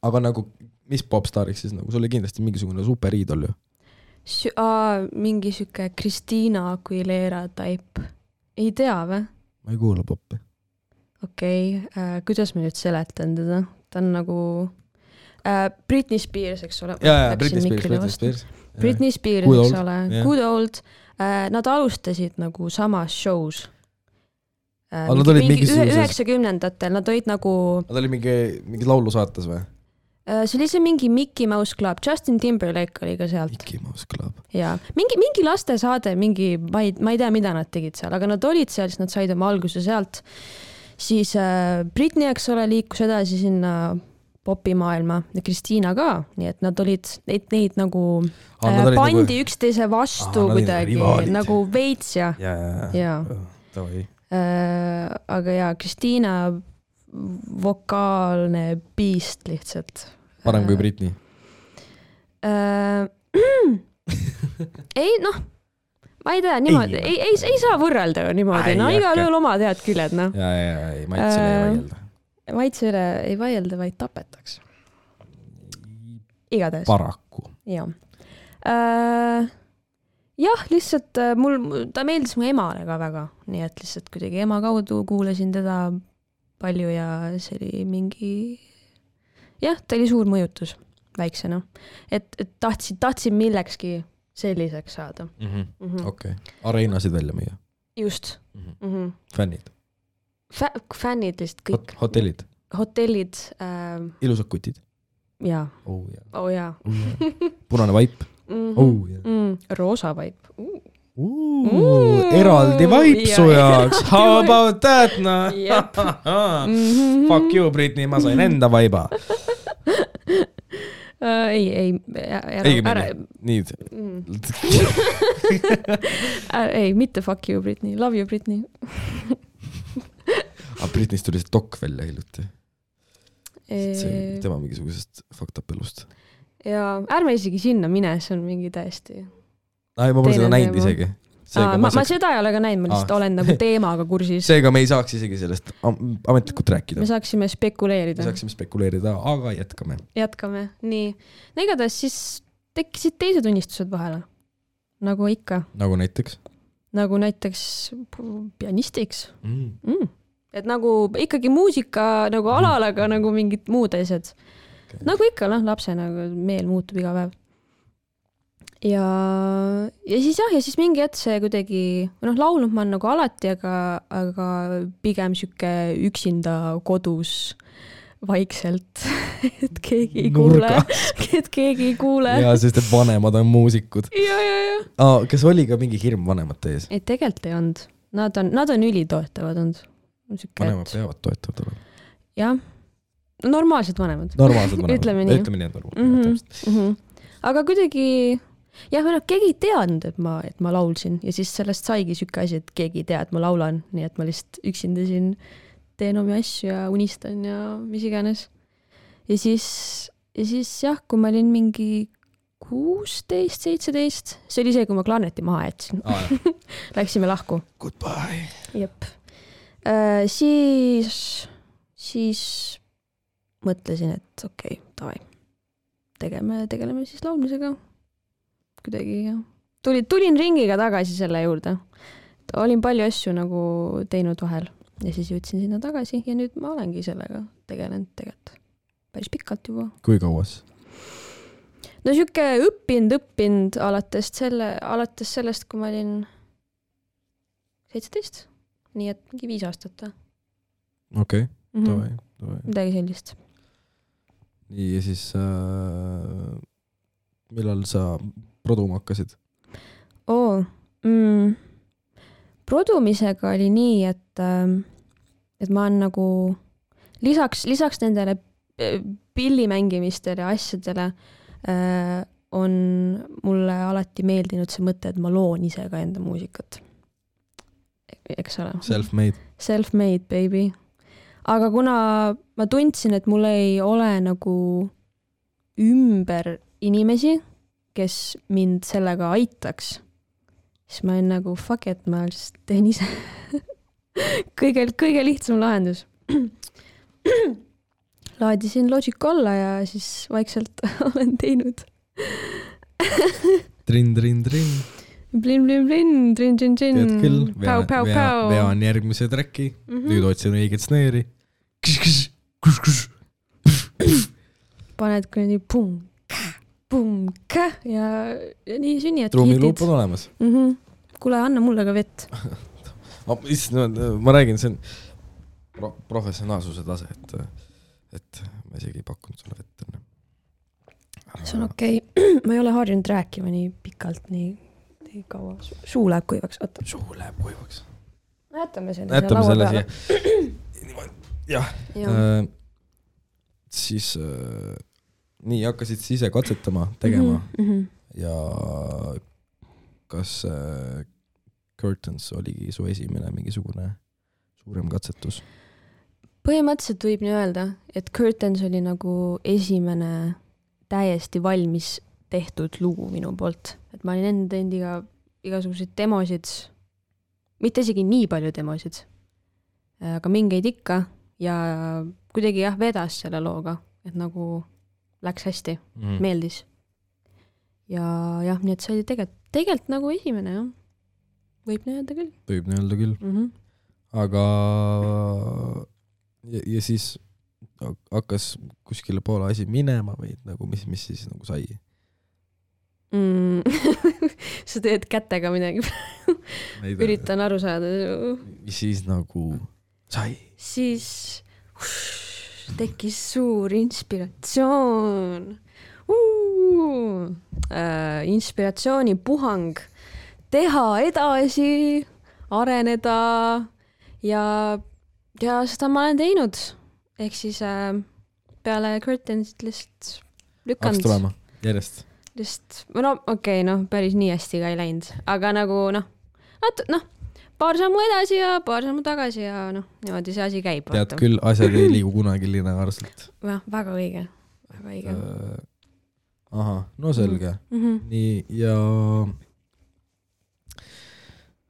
aga nagu , mis popstaariks siis nagu , sul oli kindlasti mingisugune superiidol ju . sü- aa, mingi sihuke Kristiina Aguilera type , ei tea või ? ma ei kuula poppi . okei okay. äh, , kuidas ma nüüd seletan teda , ta on nagu äh, Britney Spears , eks ole . jaa , jaa , Britney Spears , Britney . Spears . Britney Spears , Good eks old, ole jah. , Good Old äh, , nad alustasid nagu samas show's äh, Aga nad olid mingisuguses- üheksakümnendatel , nad olid nagu Nad olid mingi , mingi laulusaates või ? äh, , see oli see mingi Mickey Mouse Club , Justin Timberlake oli ka sealt . Mickey Mouse Club . jaa , mingi , mingi lastesaade , mingi , ma ei , ma ei tea , mida nad tegid seal , aga nad olid seal , siis nad said oma alguse sealt . siis äh, Britney , eks ole , liikus edasi sinna popimaailma ja Kristiina ka , nii et nad olid , neid , neid nagu Aa, äh, nad olid pandi nagu- nagu... üksteise vastu Aa, nad olid nagu kuidagi rivaalid. nagu veits ja , jaa , jaa , jaa jaa . davai . äh, . aga jaa , Kristiina vokaalne biist lihtsalt parem kui Äh, Britney . äh, . ei noh , ma ei tea , niimoodi Ei, ei , ei , ei saa võrrelda ju niimoodi , Ai, no ei hakka. igalühel oma tead küljed , noh . ja , ja , ja ei , maitsele ei Äh, vaielda . maitse üle ei vaielda , vaid tapetakse . igatahes , paraku . jah äh, . jah , lihtsalt äh, mul , ta meeldis mu emale ka väga , nii et lihtsalt kuidagi ema kaudu kuulasin teda palju ja see oli mingi jah , ta oli suur mõjutus väiksena , et , et tahtsin , tahtsin millekski selliseks saada Mhm. mm . -hmm. okei , areenasid välja müüa just mm , -hmm. mm . -hmm. fännid Fä- , fännid lihtsalt kõik Hot , hotellid , hotellid äh, ilusad kutid ja , oh, yeah. oo oh, jaa Oh, yeah. punane vaip mm . oh, . yeah. Mm, roosa vaip uh. . Ooh, eraldi vaip Jaa, su jaoks , how vaip. about that noh Jep. Ah, Mhm. Fuck you , Britney , ma sain enda vaiba . Äh, ei , ei , ära , ei , ära , nii , Mm. ei , mitte fuck you , Britney , love you , Britney . aga Britney'st Ah, tuli see dok välja hiljuti , tema mingisugusest fucked up elust . ja ärme isegi sinna mine , see on mingi täiesti . ei , ma pole seda Teine näinud teema. isegi . ma, seega ma, ma ma saaks , seda ei ole ka näinud , ma lihtsalt Aa. olen nagu teemaga kursis . seega me ei saaks isegi sellest am- ametlikult rääkida me . saaksime me spekuleerida . saaksime spekuleerida , aga jätkame . jätkame , nii . no igatahes siis tekkisid teised unistused vahele . nagu ikka , nagu näiteks nagu näiteks pu- pianistiks mm. . mm. . et nagu ikkagi muusika nagu alal , aga nagu mingid muud asjad Okei. okay. . nagu ikka , noh , lapsena meel muutub iga päev . ja , ja siis jah , ja siis mingi hetk see kuidagi , noh , laulnud ma olen nagu alati , aga , aga pigem sihuke üksinda kodus vaikselt , et keegi ei kuule , et keegi ei kuule . ja , jaa , sest et vanemad on muusikud . ja , ja , kas oli ka mingi hirm vanemate ees ? ei tegelikult ei olnud , nad on , nad on ülitoetavad olnud . vanemad peavad toetavad olema . jah , normaalsed vanemad normaalsed vanemad . Ütleme nii. ütleme nii , et normaalsed Mhm. mm . -hmm. mm . -hmm. aga kuidagi jah , või noh , keegi ei teadnud , et ma , et ma laulsin ja siis sellest saigi sihuke asi , et keegi ei tea , et ma laulan , nii et ma lihtsalt üksinda siin teen omi asju ja unistan ja mis iganes . ja siis , ja siis jah , kui ma olin mingi kuusteist , seitseteist , see oli see , kui ma klarneti maha jätsin , Ah, jah. läksime lahku . Goodbye . jep . Äh, siis , siis mõtlesin , et okei okay, , davai , tegeme , tegeleme siis laulmisega . kuidagi jah , tulin , tulin ringiga tagasi selle juurde . olin palju asju nagu teinud vahel ja siis jõudsin sinna tagasi ja nüüd ma olengi sellega tegelenud tegelikult päris pikalt juba . kui kaua siis ? no sihuke õppinud , õppinud alates selle , alates sellest , kui ma olin seitseteist , nii et mingi viis aastat või okei , mm davai , davai . midagi sellist . nii , ja siis äh, millal sa produma hakkasid ? oo mm, , produmisega oli nii , et , et ma olen nagu lisaks , lisaks nendele eh, pillimängimistele ja asjadele äh, on mulle alati meeldinud see mõte , et ma loon ise ka enda muusikat . eks ole . Self-made . self-made baby . aga kuna ma tundsin , et mul ei ole nagu ümber inimesi , kes mind sellega aitaks , siis ma olin nagu fuck it , ma lihtsalt teen ise . kõige , kõige lihtsam lahendus . laadisin Logic alla ja siis vaikselt olen teinud trin , trin , trin . blin-blin-blin , trin-trin-trin tead küll ,, vea , vea , pau-pau-pau . vean järgmise tracki mm , -hmm. nüüd Mhm. otsin õiget snare'i . paned kuradi pumm , pumm ja ja nii sünnivad trummiluup on olemas . mm . -hmm. kuule , anna mulle ka vett . ma , issand , ma räägin , see on pro professionaalsuse tase , et , et ma isegi ei pakkunud sulle vett enne . see Ah. on okei okay. , ma ei ole harjunud rääkima nii pikalt , nii , nii kaua . suu läheb kuivaks , oota . suu läheb kuivaks . jätame selle siia jätame laua selle peale . jah , siia . äh, siis äh, nii , hakkasid siis ise katsetama , tegema mm . Mhm, -hmm. ja kas äh, Curtains oligi su esimene mingisugune suurem katsetus ? põhimõtteliselt võib nii öelda , et Curtains oli nagu esimene täiesti valmis tehtud lugu minu poolt , et ma olin enne teinud iga , igasuguseid demosid , mitte isegi nii palju demosid , aga mingeid ikka ja kuidagi jah , vedas selle looga , et nagu läks hästi , Mm. meeldis . ja jah , nii et see oli tegelikult , tegelikult nagu esimene jah , võib nii öelda küll võib nii öelda küll , mm . -hmm. aga ja, ja siis hakkas kuskile poole asi minema või et nagu mis , mis siis nagu sai ? mm. . sa teed kätega midagi , üritan aru saada . mis siis nagu sai ? siis tekkis suur inspiratsioon uh, . inspiratsioonipuhang teha edasi , areneda ja , ja seda ma olen teinud . ehk siis äh, peale Curtainsit lihtsalt hakkas lükanud tulema järjest . just , no okei okay, , noh , päris nii hästi ka ei läinud , aga nagu noh , nat- , noh , paar sammu edasi ja paar sammu tagasi ja noh , niimoodi see asi käib . tead . küll , asjad ei liigu kunagi lineaarselt . jah , väga õige , väga õige Äh, uh, . ahah , no selge . Mm -hmm. nii , ja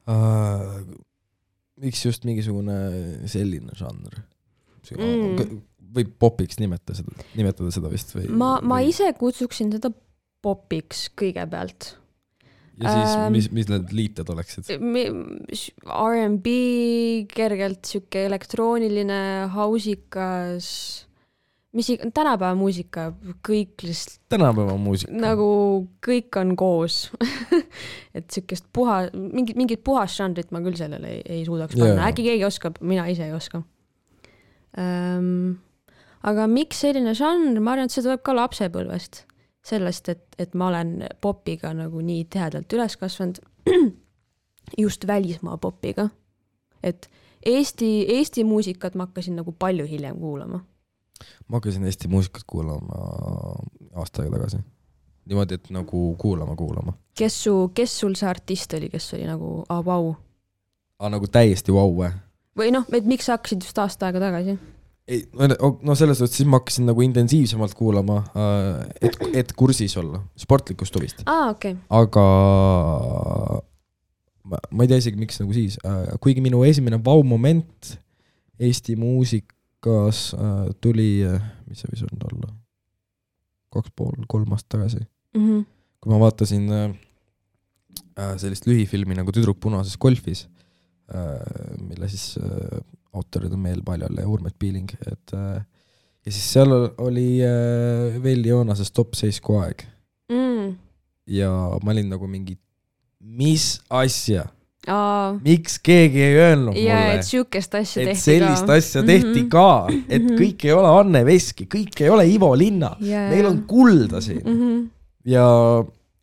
äh, miks just mingisugune selline žanr Mm. mm. ? võib popiks nimetada seda , nimetada seda vist või ? ma , ma või... ise kutsuksin seda popiks kõigepealt . ja siis ähm, mis , mis need liited oleksid ? R'n'B , kergelt sihuke elektrooniline , hausikas , mis ig- , tänapäeva muusika , kõik lihtsalt tänapäeva muusika nagu kõik on koos . et siukest puha , mingit , mingit puhast žanrit ma küll sellele ei, ei suudaks panna Jaa. yeah. , äkki keegi oskab , mina ise ei oska ähm, . aga miks selline žanr , ma arvan , et see tuleb ka lapsepõlvest . sellest , et , et ma olen popiga nagu nii tihedalt üles kasvanud . just välismaa popiga . et Eesti , Eesti muusikat ma hakkasin nagu palju hiljem kuulama . ma hakkasin Eesti muusikat kuulama aasta aega tagasi . niimoodi , et nagu kuulama , kuulama . kes su , kes sul see artist oli , kes oli nagu ah, , vau aga nagu täiesti vau või ? või noh , et miks sa hakkasid just aasta aega tagasi ? ei , no no selles suhtes , siis ma hakkasin nagu intensiivsemalt kuulama , et , et kursis olla , sportlikust huvist . aa , okei . aga ma, ma ei tea isegi , miks nagu siis , kuigi minu esimene vau-moment Eesti muusikas äh, tuli , mis see võis olnud olla , kaks pool , kolm aastat tagasi , Mhm. kui ma vaatasin äh, äh, sellist lühifilmi nagu Tüdruk punases golfis , mille siis äh, autorid on meil Paljal ja Urmet Piiling , et äh, ja siis seal oli äh, veel Joonase Stopp seisku aeg Mm. ja ma olin nagu mingi , mis asja , aa , miks keegi ei öelnud ja mulle et , siukest asja et tehti sellist ka . asja tehti Mhm. ka , et Mhm. kõik ei ole Anne Veski , kõik ei ole Ivo Linna , ja meil on kulda siin -hmm. ja ,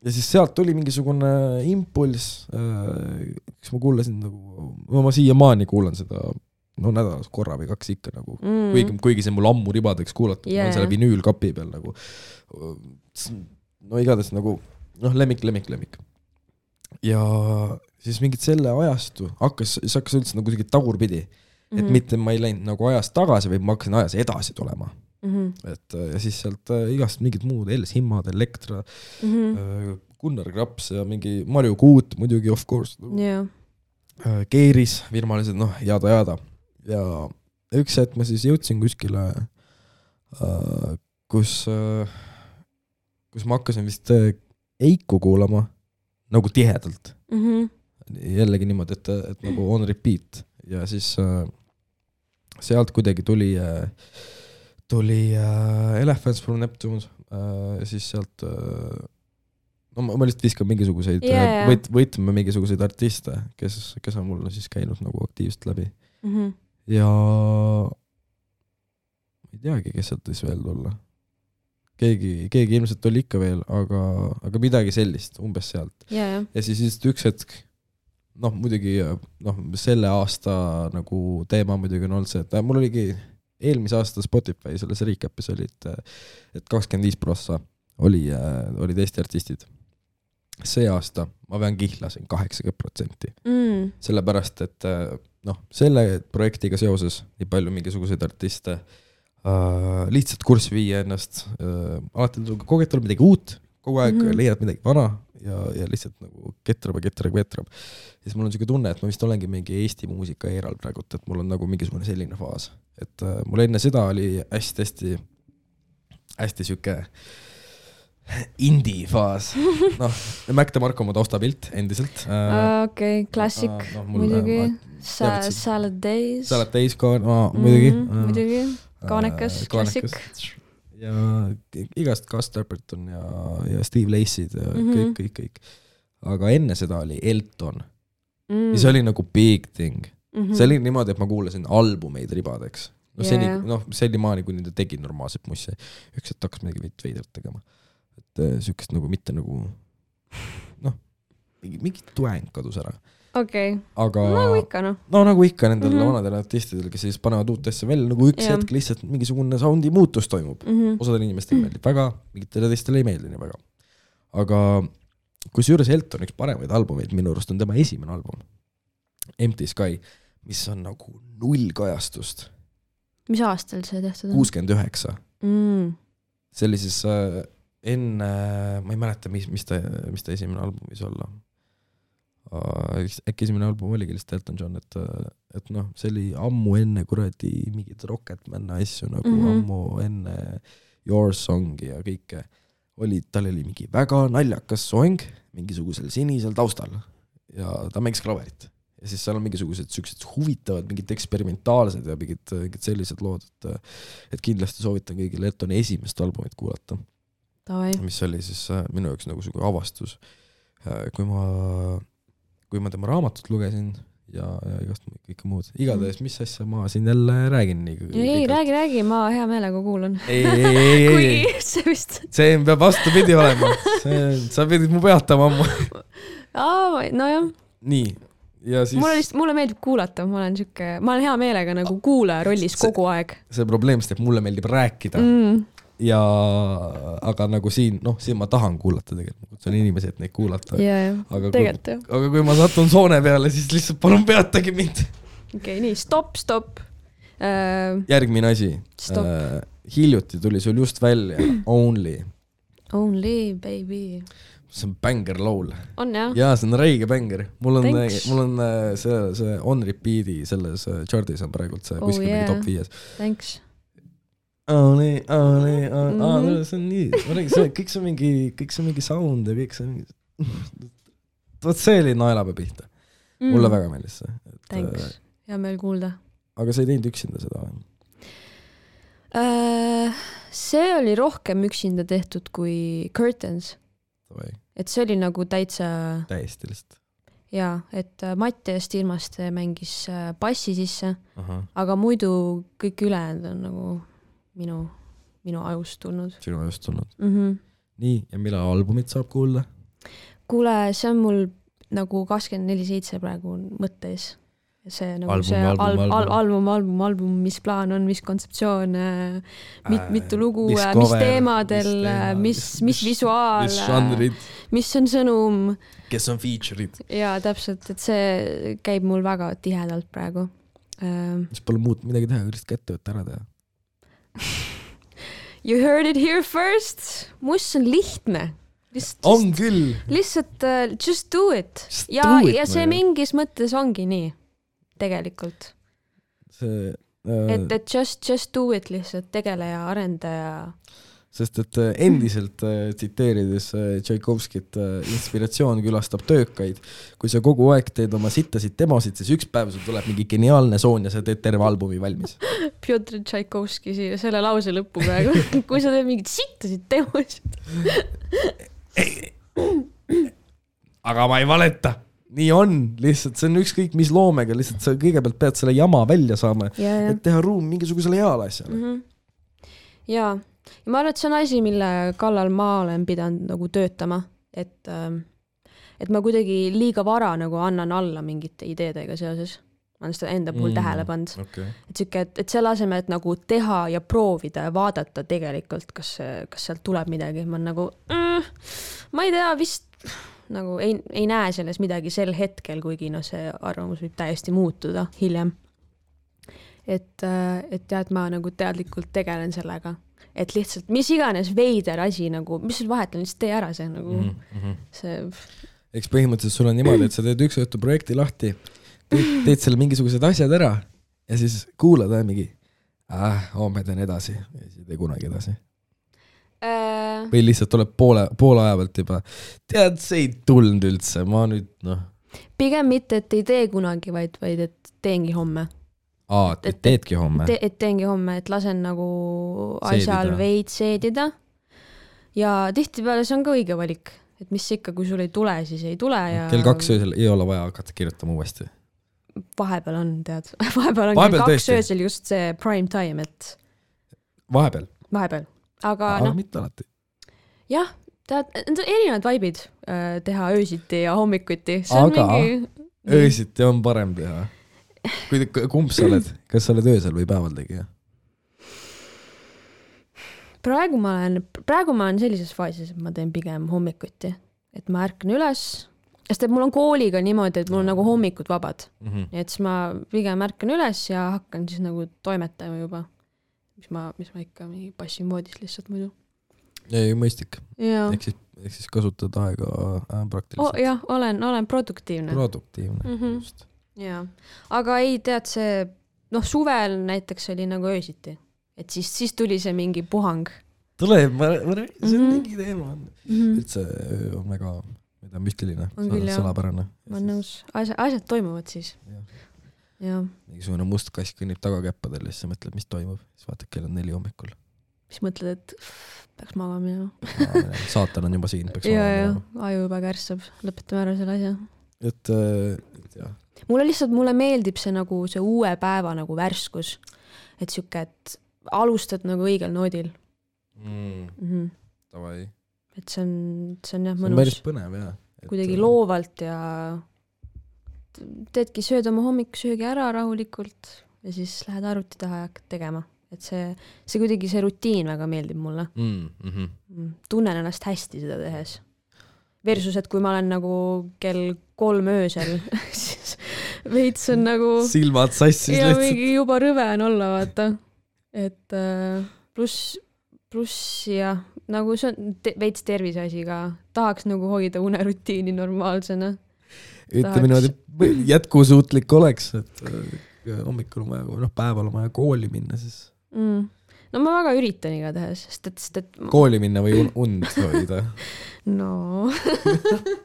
ja siis sealt tuli mingisugune impulss , kas ma kuulasin nagu , no ma siiamaani kuulan seda no nädalas korra või kaks ikka nagu , Mm. kuigi , kuigi see on mul ammu ribadeks kuulatud yeah. , ma Jajah. olen selle vinüülkapi peal nagu . no igatahes nagu noh , lemmik , lemmik , lemmik . ja siis mingid selle ajastu hakkas , see hakkas üldse nagu kuidagi tagurpidi , et mm -hmm. mitte ma ei läinud nagu ajas tagasi , vaid ma hakkasin ajas edasi tulema , mm . et äh, ja siis sealt äh, igast mingid muud Elsimad , Elektra -hmm. äh, , Gunnar Graps ja mingi Marju Kuut muidugi of course nagu. ja , äh, keeris virmalised , noh , jada , jada . ja üks hetk ma siis jõudsin kuskile , kus , kus ma hakkasin vist äh, Eiku kuulama nagu tihedalt . Mhm. jällegi niimoodi , et , et nagu on repeat ja siis äh, sealt kuidagi tuli , tuli äh, Elephants from Neptune , siis sealt äh, no ma, ma lihtsalt viskan mingisuguseid Jaa, jaa. yeah. , võt- , võtme mingisuguseid artiste , kes , kes on mul siis käinud nagu aktiivselt läbi Mhm. ja ma ei teagi , kes sealt võis veel tulla . keegi , keegi ilmselt oli ikka veel , aga , aga midagi sellist umbes sealt ja , ja , ja siis lihtsalt üks hetk , noh muidugi noh , selle aasta nagu teema muidugi on olnud see , et äh, mul oligi eelmise aasta Spotify selles recap'is olid , et kakskümmend viis prossa oli , olid Eesti artistid . see aasta ma vean kihlasin kaheksakümmend protsenti , Mm. sellepärast et äh, noh , selle projektiga seoses nii palju mingisuguseid artiste äh, lihtsalt kurssi viia ennast äh, , alati tuleb , kogu aeg tuleb midagi uut , kogu aeg mm Mhm. -hmm. leiad midagi vana ja , ja lihtsalt nagu ketrab ja ketrab ja ketrab . siis mul on niisugune tunne , et ma vist olengi mingi Eesti muusika eeral praegult , et mul on nagu mingisugune selline faas , et äh, mul enne seda oli hästi-hästi , hästi sihuke indie faas , noh , Mac DeMarco on mu taustapilt endiselt äh, . okei , klassik Äh, noh, mul- muidugi ma- . Sa- , teadsid- Salad Days . sa oled täis ka , muidugi . Mhm, Äh. muidugi , Kaanekas, klassik. . ja igast Gus Turberton ja , ja Steve Lace'id ja mm Mhm. -hmm. kõik , kõik , kõik . aga enne seda oli Elton mm. Mhm. ja see oli nagu big thing mm . -hmm. see oli niimoodi , et ma kuulasin albumeid ribadeks . no Jaa, seni jah. yeah. , noh , senimaani , kuni ta tegi normaalset mussi . üks hetk hakkas midagi veits veidrat tegema . et äh, siukest nagu mitte nagu noh , mingi , mingi twäng kadus ära . okei , aga nagu ikka noh . no nagu ikka nendel mm Mhm. -hmm. vanadel artistidel , kes siis panevad uut asja välja , nagu üks Jah. yeah. hetk lihtsalt mingisugune soundi muutus toimub . Mhm. osadele inimestele meeldib väga , mingitele teistele ei meeldi nii väga . aga kusjuures Elton üks paremaid albumeid minu arust on tema esimene album , Empty Sky , mis on nagu null kajastust , mis aastal see tehtud on ? Mm. kuuskümmend üheksa . see oli siis äh, enne , ma ei mäleta , mis , mis ta , mis ta esimene album võis olla . äkki esimene album oligi lihtsalt Elton John , et , et noh , see oli ammu enne kuradi mingit Rocketman asju nagu mm Mhm. -hmm. ammu enne Your Songi ja kõike . oli , tal oli mingi väga naljakas soeng mingisugusel sinisel taustal ja ta mängis klaverit . ja siis seal on mingisugused siuksed huvitavad , mingid eksperimentaalsed ja mingid , mingid sellised lood , et et kindlasti soovitan kõigile Eltoni esimest albumit kuulata , Davai . mis oli siis äh, minu jaoks nagu sihuke avastus . kui ma , kui ma tema raamatut lugesin ja , ja igast mu- kõike muud , igatahes , mis asja ma siin jälle räägin nii . ei ,. räägi , räägi , ma hea meelega kuulan . ei , ei , ei , ei , ei , kuigi see vist , see peab vastupidi olema , see , sa pidid mu peatama ammu . aa , nojah , nii , ja siis mulle lihtsalt , mulle meeldib kuulata , ma olen sihuke , ma olen hea meelega nagu kuulaja rollis See- kogu aeg see probleem , sest et mulle meeldib rääkida mm. mm. . ja aga nagu siin , noh , siin ma tahan kuulata tegelikult , ma kutsun inimesi , et neid kuulata . ja , ja Aga kui- tegelikult jah , aga kui ma satun soone peale , siis lihtsalt palun peatage mind . okei okay, , nii stopp , stopp uh, . järgmine asi . Stopp. Äh. hiljuti tuli sul just välja Only , Only baby , see on bängar laul on jah ja. ? jaa , see on räige bängar . mul on , Ah. Thanks. mul on äh, see , see on repeat'i selles äh, chart'is on praegult see Oh kuskil mingi yeah. top viies . Thanks . Only , only , only Mhm. , see on nii , ma räägin , see kõik see on mingi , kõik see on mingi sound ja kõik see on mingi vot see oli naelapäe pihta , Mm. mulle väga meeldis see , et äh, Thanks , hea meel kuulda aga sa ei teinud üksinda seda või ? uh, . see oli rohkem üksinda tehtud kui Curtains , või et see oli nagu täitsa täiesti lihtsalt ? jaa , et äh, Mattias Tiirmaste mängis äh, bassi sisse , ahah , aga muidu kõik ülejäänud on nagu minu , minu ajust tulnud sinu ajust tulnud . mm . -hmm. nii , ja millal albumit saab kuulda ? kuule , see on mul nagu kakskümmend neli seitse praegu on mõttes . see nagu album, Album, see album, album , album. album , album, album, album , mis plaan on , mis kontseptsioon , mit, Äh, mitu lugu , mis mis, mis cover, teemadel äh, mis , mis , teema- mis- mis mis- mis visuaal , äh, žanrid , mis on sõnum kes on feature'id ? jaa , täpselt , et see käib mul väga tihedalt praegu Ähm, siis pole muud midagi teha , kui lihtsalt kätte võtta , ära teha . You heard it here first . muss on lihtne . lihtsalt , on küll , lihtsalt uh, just do it . Just ja do it, , ja see man. mingis mõttes ongi nii tegelikult , see et , äh, , et just , just do it lihtsalt tegele ja arenda ja sest et äh, endiselt äh, tsiteerides äh, Tšaikovskit , inspiratsioon külastab töökaid . kui sa kogu aeg teed oma sittasid demosid , siis üks päev sul tuleb mingi geniaalne soon ja sa teed terve albumi valmis . Pjotr Tšaikovski siia selle lause lõppu praegu , kui sa teed mingit sittasid teemasid . aga ma ei valeta . nii on , lihtsalt see on ükskõik mis loomega , lihtsalt sa kõigepealt pead selle jama välja saama , ja , ja et teha ruum mingisugusele heale asjale . mm . -hmm. ja , ja ma arvan , et see on asi , mille kallal ma olen pidanud nagu töötama , et , et ma kuidagi liiga vara nagu annan alla mingite ideedega seoses . ma olen seda enda puhul Mm. mm. tähele pannud , okay. . et sihuke , et , et selle asemel , et nagu teha ja proovida ja vaadata tegelikult , kas , kas sealt tuleb midagi , ma olen nagu mm, , ma ei tea , vist nagu ei , ei näe selles midagi sel hetkel , kuigi noh , see arvamus võib täiesti muutuda hiljem . et , et tead , ma nagu teadlikult tegelen sellega , et lihtsalt mis iganes veider asi nagu , mis sul vahet on , lihtsalt tee ära see nagu Mhm. mm. see , eks põhimõtteliselt sul on niimoodi , et sa teed üks õhtu projekti lahti , teed seal mingisugused asjad ära ja siis kuulad ja mingi ah, , homme teen edasi ja siis ei tee kunagi edasi . äh, või lihtsalt tuleb poole , poole aja pealt juba , tead , see ei tulnud üldse , ma nüüd noh , pigem mitte , et ei tee kunagi , vaid , vaid et teengi homme aa , et et- teedki homme Te, ? et teengi homme , et lasen nagu asjal Seedida. veits seedida . ja tihtipeale see on ka õige valik , et mis ikka , kui sul ei tule , siis ei tule ja . kell kaks öösel ei ole vaja hakata kirjutama uuesti . vahepeal on , tead , vahepeal on Vahepeal kell kaks tõesti. öösel just see prime time , et vahepeal , vahepeal , aga aga noh , mitte alati . jah , tead , need on erinevad vibe'id äh, teha öösiti ja hommikuti , see on Aga mingi . öösiti on parem teha . kui , kumb sa oled , kas sa oled öösel või päeval tegija ? praegu ma olen , praegu ma olen sellises faasis , et ma teen pigem hommikuti , et ma ärkan üles , sest et mul on kooliga niimoodi , et mul on nagu hommikud vabad , nii et siis ma pigem ärkan üles ja hakkan siis nagu toimetama juba . mis ma , mis ma ikka mingi passin voodis lihtsalt muidu . ei , mõistlik . jaa , ehk siis , ehk siis kasutad aega äh, praktiliselt oh, . jah , olen , olen produktiivne . produktiivne mm , Mhm. -hmm. just . jaa , aga ei tead , see noh , suvel näiteks oli nagu öösiti , et siis , siis tuli see mingi puhang tuleb , ma , ma , see on Mhm. mingi teema . mm . üldse öö on väga , ma ei tea , müstiline On , küll, jah. salapärane . ma olen . nõus , asja , asjad toimuvad siis . jah , mingisugune must kass kõnnib tagakäppadel ja siis sa mõtled , mis toimub , siis vaatad , kell on neli hommikul . siis mõtled , et peaks magama minema . saatan on juba siin , peaks ja , ja olema . aju juba kärssab , lõpetame ära selle asja . et , äh, et jah , mulle lihtsalt , mulle meeldib see nagu see uue päeva nagu värskus , et sihuke , et alustad nagu õigel noodil mm . -hmm. davai . et see on , see on jah see on päris mõnus , põnev jah . äh, kuidagi . loovalt ja teedki , sööd oma hommikusöögi ära rahulikult ja siis lähed arvuti taha ja hakkad tegema , et see , see kuidagi see rutiin väga meeldib mulle . mhm. Mm, tunnen ennast hästi seda tehes . Versus , et kui ma olen nagu kell kolm öösel , siis veits on nagu silmad sassis ja lihtsalt . mingi juba rõve on olla , vaata . et äh, pluss , pluss jah , nagu see on te veits tervise asi ka , tahaks nagu hoida unerutiini normaalsena . ütleme niimoodi , jätkusuutlik oleks , et äh, hommikul on vaja , noh , päeval on vaja kooli minna siis . Mm. no ma väga üritan igatahes , sest et , sest et kooli minna või un- und hoida ? no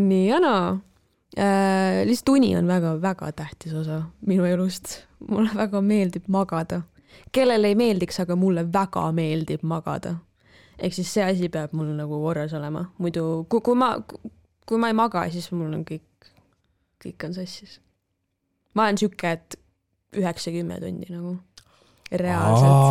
nii ja naa äh, . lihtsalt uni on väga-väga tähtis osa minu elust . mulle väga meeldib magada . kellele ei meeldiks , aga mulle väga meeldib magada . ehk siis see asi peab mul nagu korras olema , muidu kui , kui ma , kui ma ei maga , siis mul on kõik , kõik on sassis . ma olen sihuke , et üheksa-kümme tundi nagu reaalselt .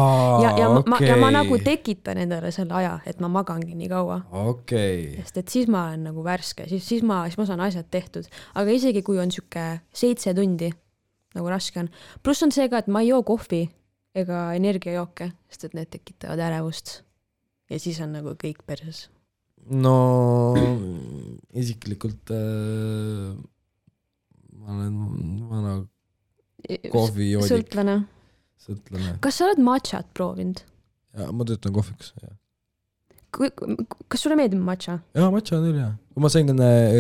ja , ja ma , ja ma nagu tekitan endale selle aja , et ma magangi nii kaua okei , sest et siis ma olen nagu värske , siis , siis ma , siis ma saan asjad tehtud . aga isegi , kui on sihuke seitse tundi , nagu raske on . pluss on see ka , et ma ei joo kohvi ega energiajooke , sest et need tekitavad ärevust . ja siis on nagu kõik perses . no isiklikult äh, ma olen vana kohvijoodik , sõltlane . sõltlane . kas sa oled matšat proovinud ? ma töötan kohvikus . kas sulle meeldib matša ? jaa , matša on küll hea . kui ma sain äh,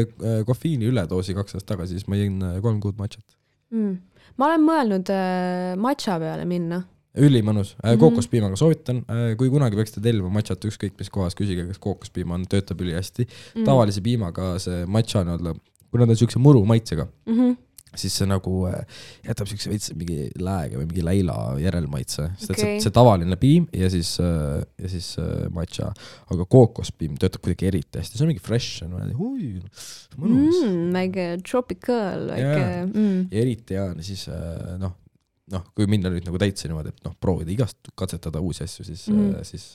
kofeiini üledoosi kaks aastat tagasi , siis ma jõin äh, kolm kuud matšat . Mm. ma olen mõelnud äh, matša peale minna . ülimõnus äh, , Mhm. kookospiimaga soovitan äh, , kui kunagi peaksite tellima matšat ükskõik mis kohas , küsige , kas kookospiima on , töötab ülihästi Mhm. mm. . tavalise piimaga see matša nii-öelda , kuna ta on siukse muru maitsega , mm . -hmm. siis see nagu äh, jätab siukse veits mingi lääge või mingi läila järelmaitse , sest et see, Okei. see tavaline piim ja siis äh, ja siis äh, matša , aga kookospiim töötab kuidagi eriti hästi , see on mingi fresh on , oi , mõnus mm. . Mm, väike tropical , väike Jaa. mm. . ja eriti hea on siis äh, noh , noh , kui minna nüüd nagu täitsa niimoodi , et noh , proovida igast katsetada uusi asju , siis mm. Mhm. , äh, siis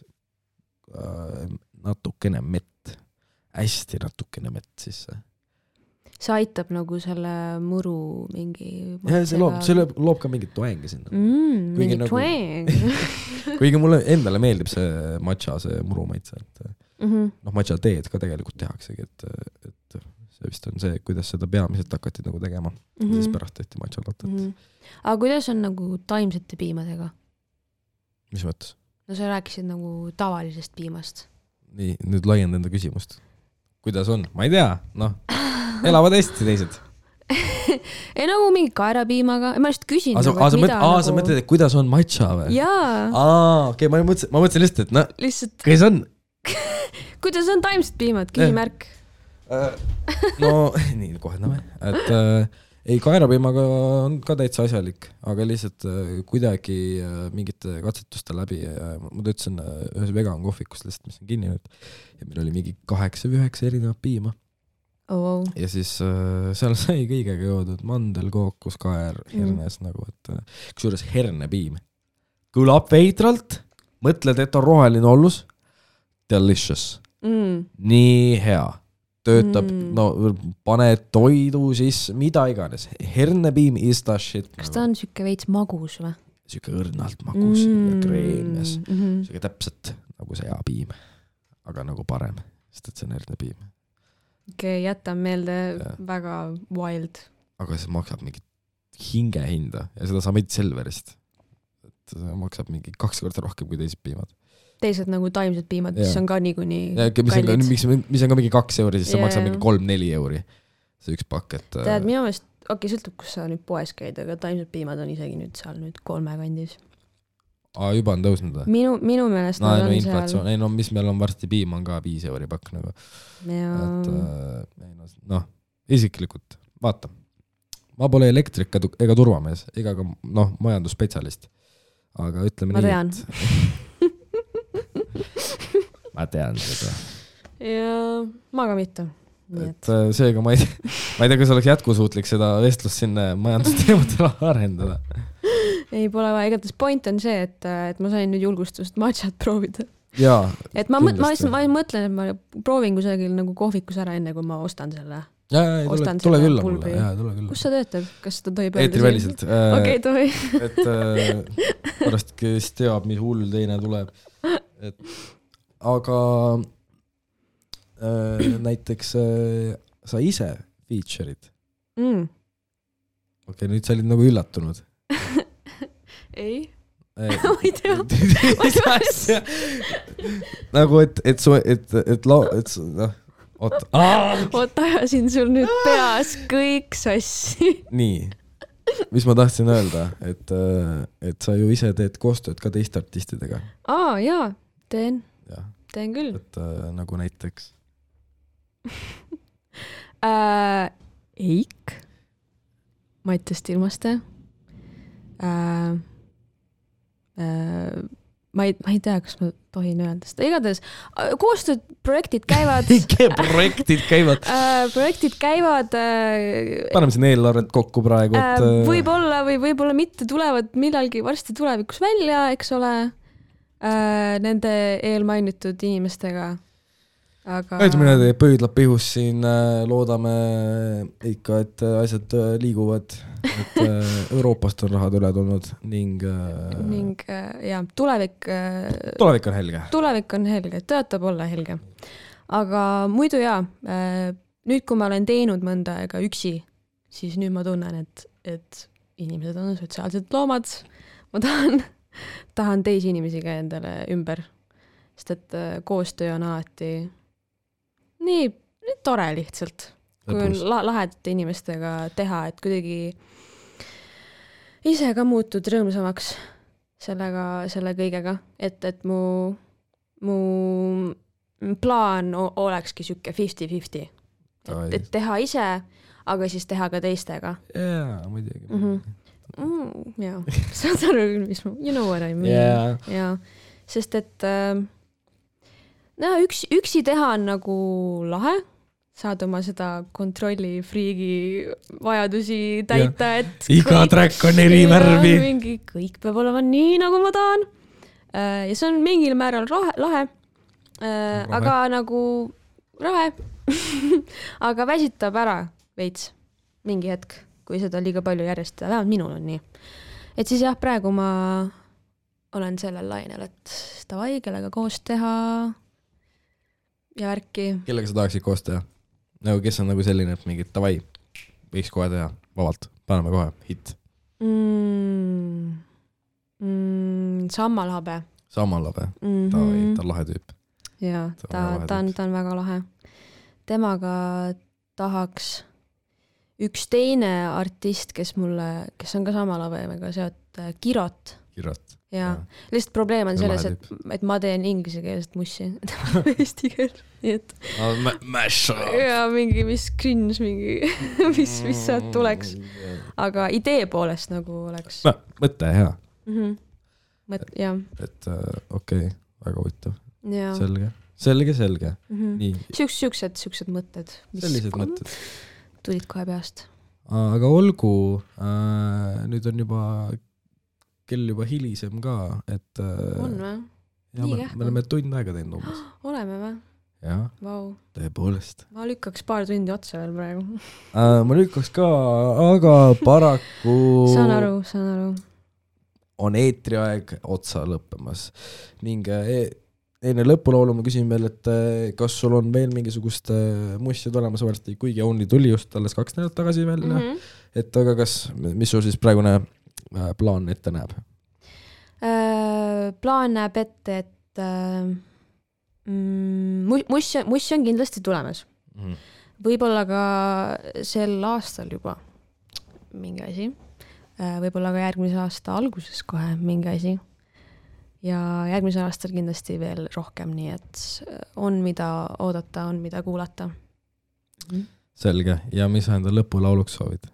äh, natukene mett , hästi natukene mett äh. sisse . see aitab nagu selle muru mingi . ja see loob , see loob , loob ka mingit toengi sinna . mm, . Kuigi mingi nagu- nagu... twang kuigi mulle endale meeldib see matša , see murumaitse , et mm . -hmm. noh , matša teed ka tegelikult tehaksegi , et , et see vist on see , kuidas seda peamiselt hakati nagu tegema mm. Mm ja siis -hmm. pärast tehti matša latet Mm mm. . -hmm. aga kuidas on nagu taimsete piimadega ? mis mõttes ? no sa rääkisid nagu tavalisest piimast . nii , nüüd laienda enda küsimust . kuidas on ? ma ei tea , noh , elavad hästi teised . ei nagu mingi kaerapiimaga , ma lihtsalt küsin . nagu, aa , sa , aa , sa mõtled , aa , sa mõtled , et kuidas on matša või ? jaa , aa , okei okay, , ma mõtlesin , ma mõtlesin lihtsalt , et noh , lihtsalt , kuidas on ? kuidas on taimsed piimad , Jah. küsimärk . no nii , kohendame , et äh, ei , kaerapiimaga on ka täitsa asjalik , aga lihtsalt äh, kuidagi äh, mingite katsetuste läbi ja ma töötasin äh, ühes vegan kohvikus lihtsalt , mis on kinni nüüd , ja meil oli mingi kaheksa või üheksa erinevat piima oh, . Oh. ja siis äh, seal sai kõigega joodud mandel , kookus , kaer , Mm. hernes mm. nagu , et äh, kusjuures hernepiim kõlab veidralt , mõtled , et on roheline ollus , delicious Mm. nii hea , töötab Mm. mm. , no pane toidu sisse , mida iganes , hernepiim is the shit . kas ta on sihuke veits magus või ? sihuke õrnalt magus mm. ja kreemias , -hmm. sihuke täpselt nagu seapiim , aga nagu parem , sest et see on hernepiim , okei , jätan meelde Jah. väga wild . aga see maksab mingit hingehinda ja seda saab ainult Selverist . et see maksab mingi kaks korda rohkem kui teised piimad . teised nagu taimsed piimad , mis Jah. on ka niikuinii mis on ka , kallid . miks , mis on ka mingi kaks euri , siis see Jaa, maksab jaa. mingi kolm-neli euri , see üks pakett . tead , minu meelest , okei okay, , sõltub , kus sa nüüd poes käid , aga taimsed piimad on isegi nüüd seal nüüd kolme kandis . aa , juba on tõusnud või ? minu , minu meelest no nad ei no on inflatsioon , seal . ei no mis meil on varsti piim on ka viis euri pakk nagu , et jaa , äh, ei no s- noh , isiklikult vaata , ma pole elektrik edu- ega turvamees ega ka noh , majandusspetsialist , aga ütleme ma nii , tean . et ma tean seda , jaa , ma ka mitte . nii et et äh, seega ma ei , ma ei tea , kas oleks jätkusuutlik seda vestlust siin äh, majandusteemadel arendada . ei , pole vaja , igatahes point on see , et , et ma sain nüüd julgustust matšat proovida . jaa , et ma mõtlen , ma Kindlasti. lihtsalt , ma mõtlen , et ma proovin kusagil nagu kohvikus ära , enne kui ma ostan selle . jaa , jaa , ei tule Ostan , tule selle külla pulbri. mulle , jaa , tule külla kus . sa töötad , kas seda tohib isegi? eetriväliselt . okei , ei tohi . et äh, pärast , kes teab , mis hull teine tuleb , et aga äh, näiteks äh, sa ise feature'id , Mm. okei okay, , nüüd sa olid nagu üllatunud . ei , ma ei tea . asja ? nagu et , et su , et , et lao- , et su- noh , oot , vot ajasin sul nüüd peas kõik sassi . nii , mis ma tahtsin öelda , et , et sa ju ise teed koostööd ka teiste artistidega , aa jaa , teen , jah teen küll et äh, nagu näiteks äh, . Eik , Mattias Tilmaste äh, . Äh, ma ei , ma ei tea , kas ma tohin öelda seda , igatahes äh, koostööd , projektid käivad äh, , projektid käivad . Äh, projektid käivad äh, paneme siin eelarvet kokku praegu , et äh, äh, võib-olla või võib-olla mitte tulevad millalgi varsti tulevikus välja , eks ole äh, , nende eelmainitud inimestega . aga ütleme niimoodi , pöidlad pihus siin , loodame ikka , et äh, asjad äh, liiguvad , et äh, Euroopast on rahad üle tulnud ning, äh, ning äh, jah , tulevik äh, , tulevik on helge . tulevik on helge , tõotab olla helge . aga muidu jaa äh, , nüüd kui ma olen teinud mõnda aega üksi , siis nüüd ma tunnen , et , et inimesed on sotsiaalsed loomad . ma tahan , tahan teisi inimesi ka endale ümber , sest et äh, koostöö on alati nii, nii tore lihtsalt kui on la- lahedate inimestega teha , et kuidagi ise ka muutud rõõmsamaks sellega , selle kõigega , et , et mu , mu plaan o- olekski sihuke fifty-fifty , et , et teha ise , aga siis teha ka teistega jaa , muidugi Mhm. . mm, . jaa , saad aru , mis ma , you know what I mean yeah. . jaa , jaa , sest et äh, no üks , üksi teha on nagu lahe , saad oma seda kontrollifriigi vajadusi täita , et iga kõik- track on eri iga- värvi . mingi , kõik peab olema nii , nagu ma tahan . ja see on mingil määral rohe, lahe . aga nagu lahe . aga väsitab ära veits mingi hetk , kui seda liiga palju järjest , vähemalt minul on nii . et siis jah , praegu ma olen sellel lainel , et davai , kellega koos teha ja värki . kellega sa tahaksid koos teha ? nagu kes on nagu selline , et mingi davai , võiks kohe teha , vabalt , paneme kohe , hitt , Mm, mm, sammal habe sama labe , mm . davai , ta on lahe tüüp . jaa , Ta on ta väga , ta on , tüüp. ta on väga lahe . temaga tahaks üks teine artist , kes mulle , kes on ka sama lavega seotud , Kirot , kirjast . jaa , lihtsalt probleem on See on selles , lahe et , et ma teen inglisekeelset mussi , tema on eesti keel , nii et Mash ja mingi , mis cringe mingi , mis , mis sealt tuleks ,. aga idee poolest nagu oleks no mõte hea , mm . -hmm. mõt- , jah , et äh, okei okay, , väga huvitav , jaa . selge , selge , selge , nii , Siuks- , siuksed , siuksed mõtted , mis sellised mõtted . tulid kohe peast . aga olgu äh, , nüüd on juba kell juba hilisem ka , et äh, on või ? ja, Nii me, kähku. me oleme tund aega teinud umbes . oleme või ? jah , Vau , tõepoolest ma lükkaks paar tundi otsa veel praegu . äh, . ma lükkaks ka , aga paraku saan aru , saan aru . on eetriaeg otsa lõppemas ning äh, e- enne lõpulaulu ma küsin veel , et äh, kas sul on veel mingisugust äh, mussi tulemas varsti , kuigi Only tuli just alles kaks nädalat tagasi välja Mhm. mm , -hmm. et aga kas , mis sul siis praegune äh, plaan ette näeb ? Öö, Äh, plaan näeb ette , et öö, mm, mu- muss , muss on kindlasti tulemas , Mhm. võib-olla ka sel aastal juba mingi asi , võib-olla ka järgmise aasta alguses kohe mingi asi . ja järgmisel aastal kindlasti veel rohkem , nii et öö, on , mida oodata , on , mida kuulata . selge , ja mis sa enda lõpulauluks soovid ?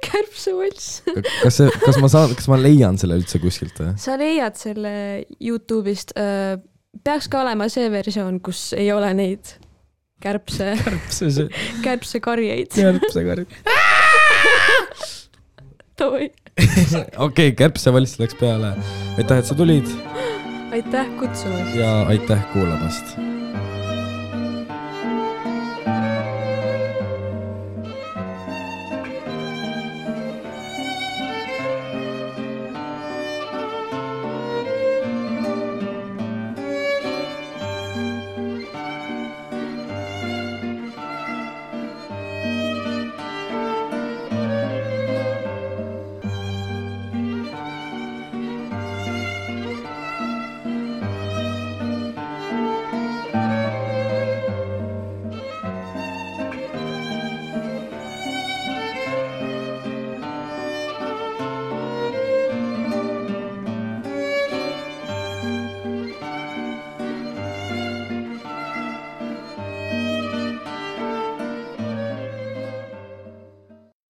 kärbsevalss . kas see , kas ma saan , kas ma leian selle üldse kuskilt või ? sa leiad selle Youtube'ist , peaks ka olema see versioon , kus ei ole neid kärbse see , see , kärbsekarjeid . kärbsekari . okei , kärbsevalss läks peale . aitäh , et sa tulid aitäh kutsumast . ja aitäh kuulamast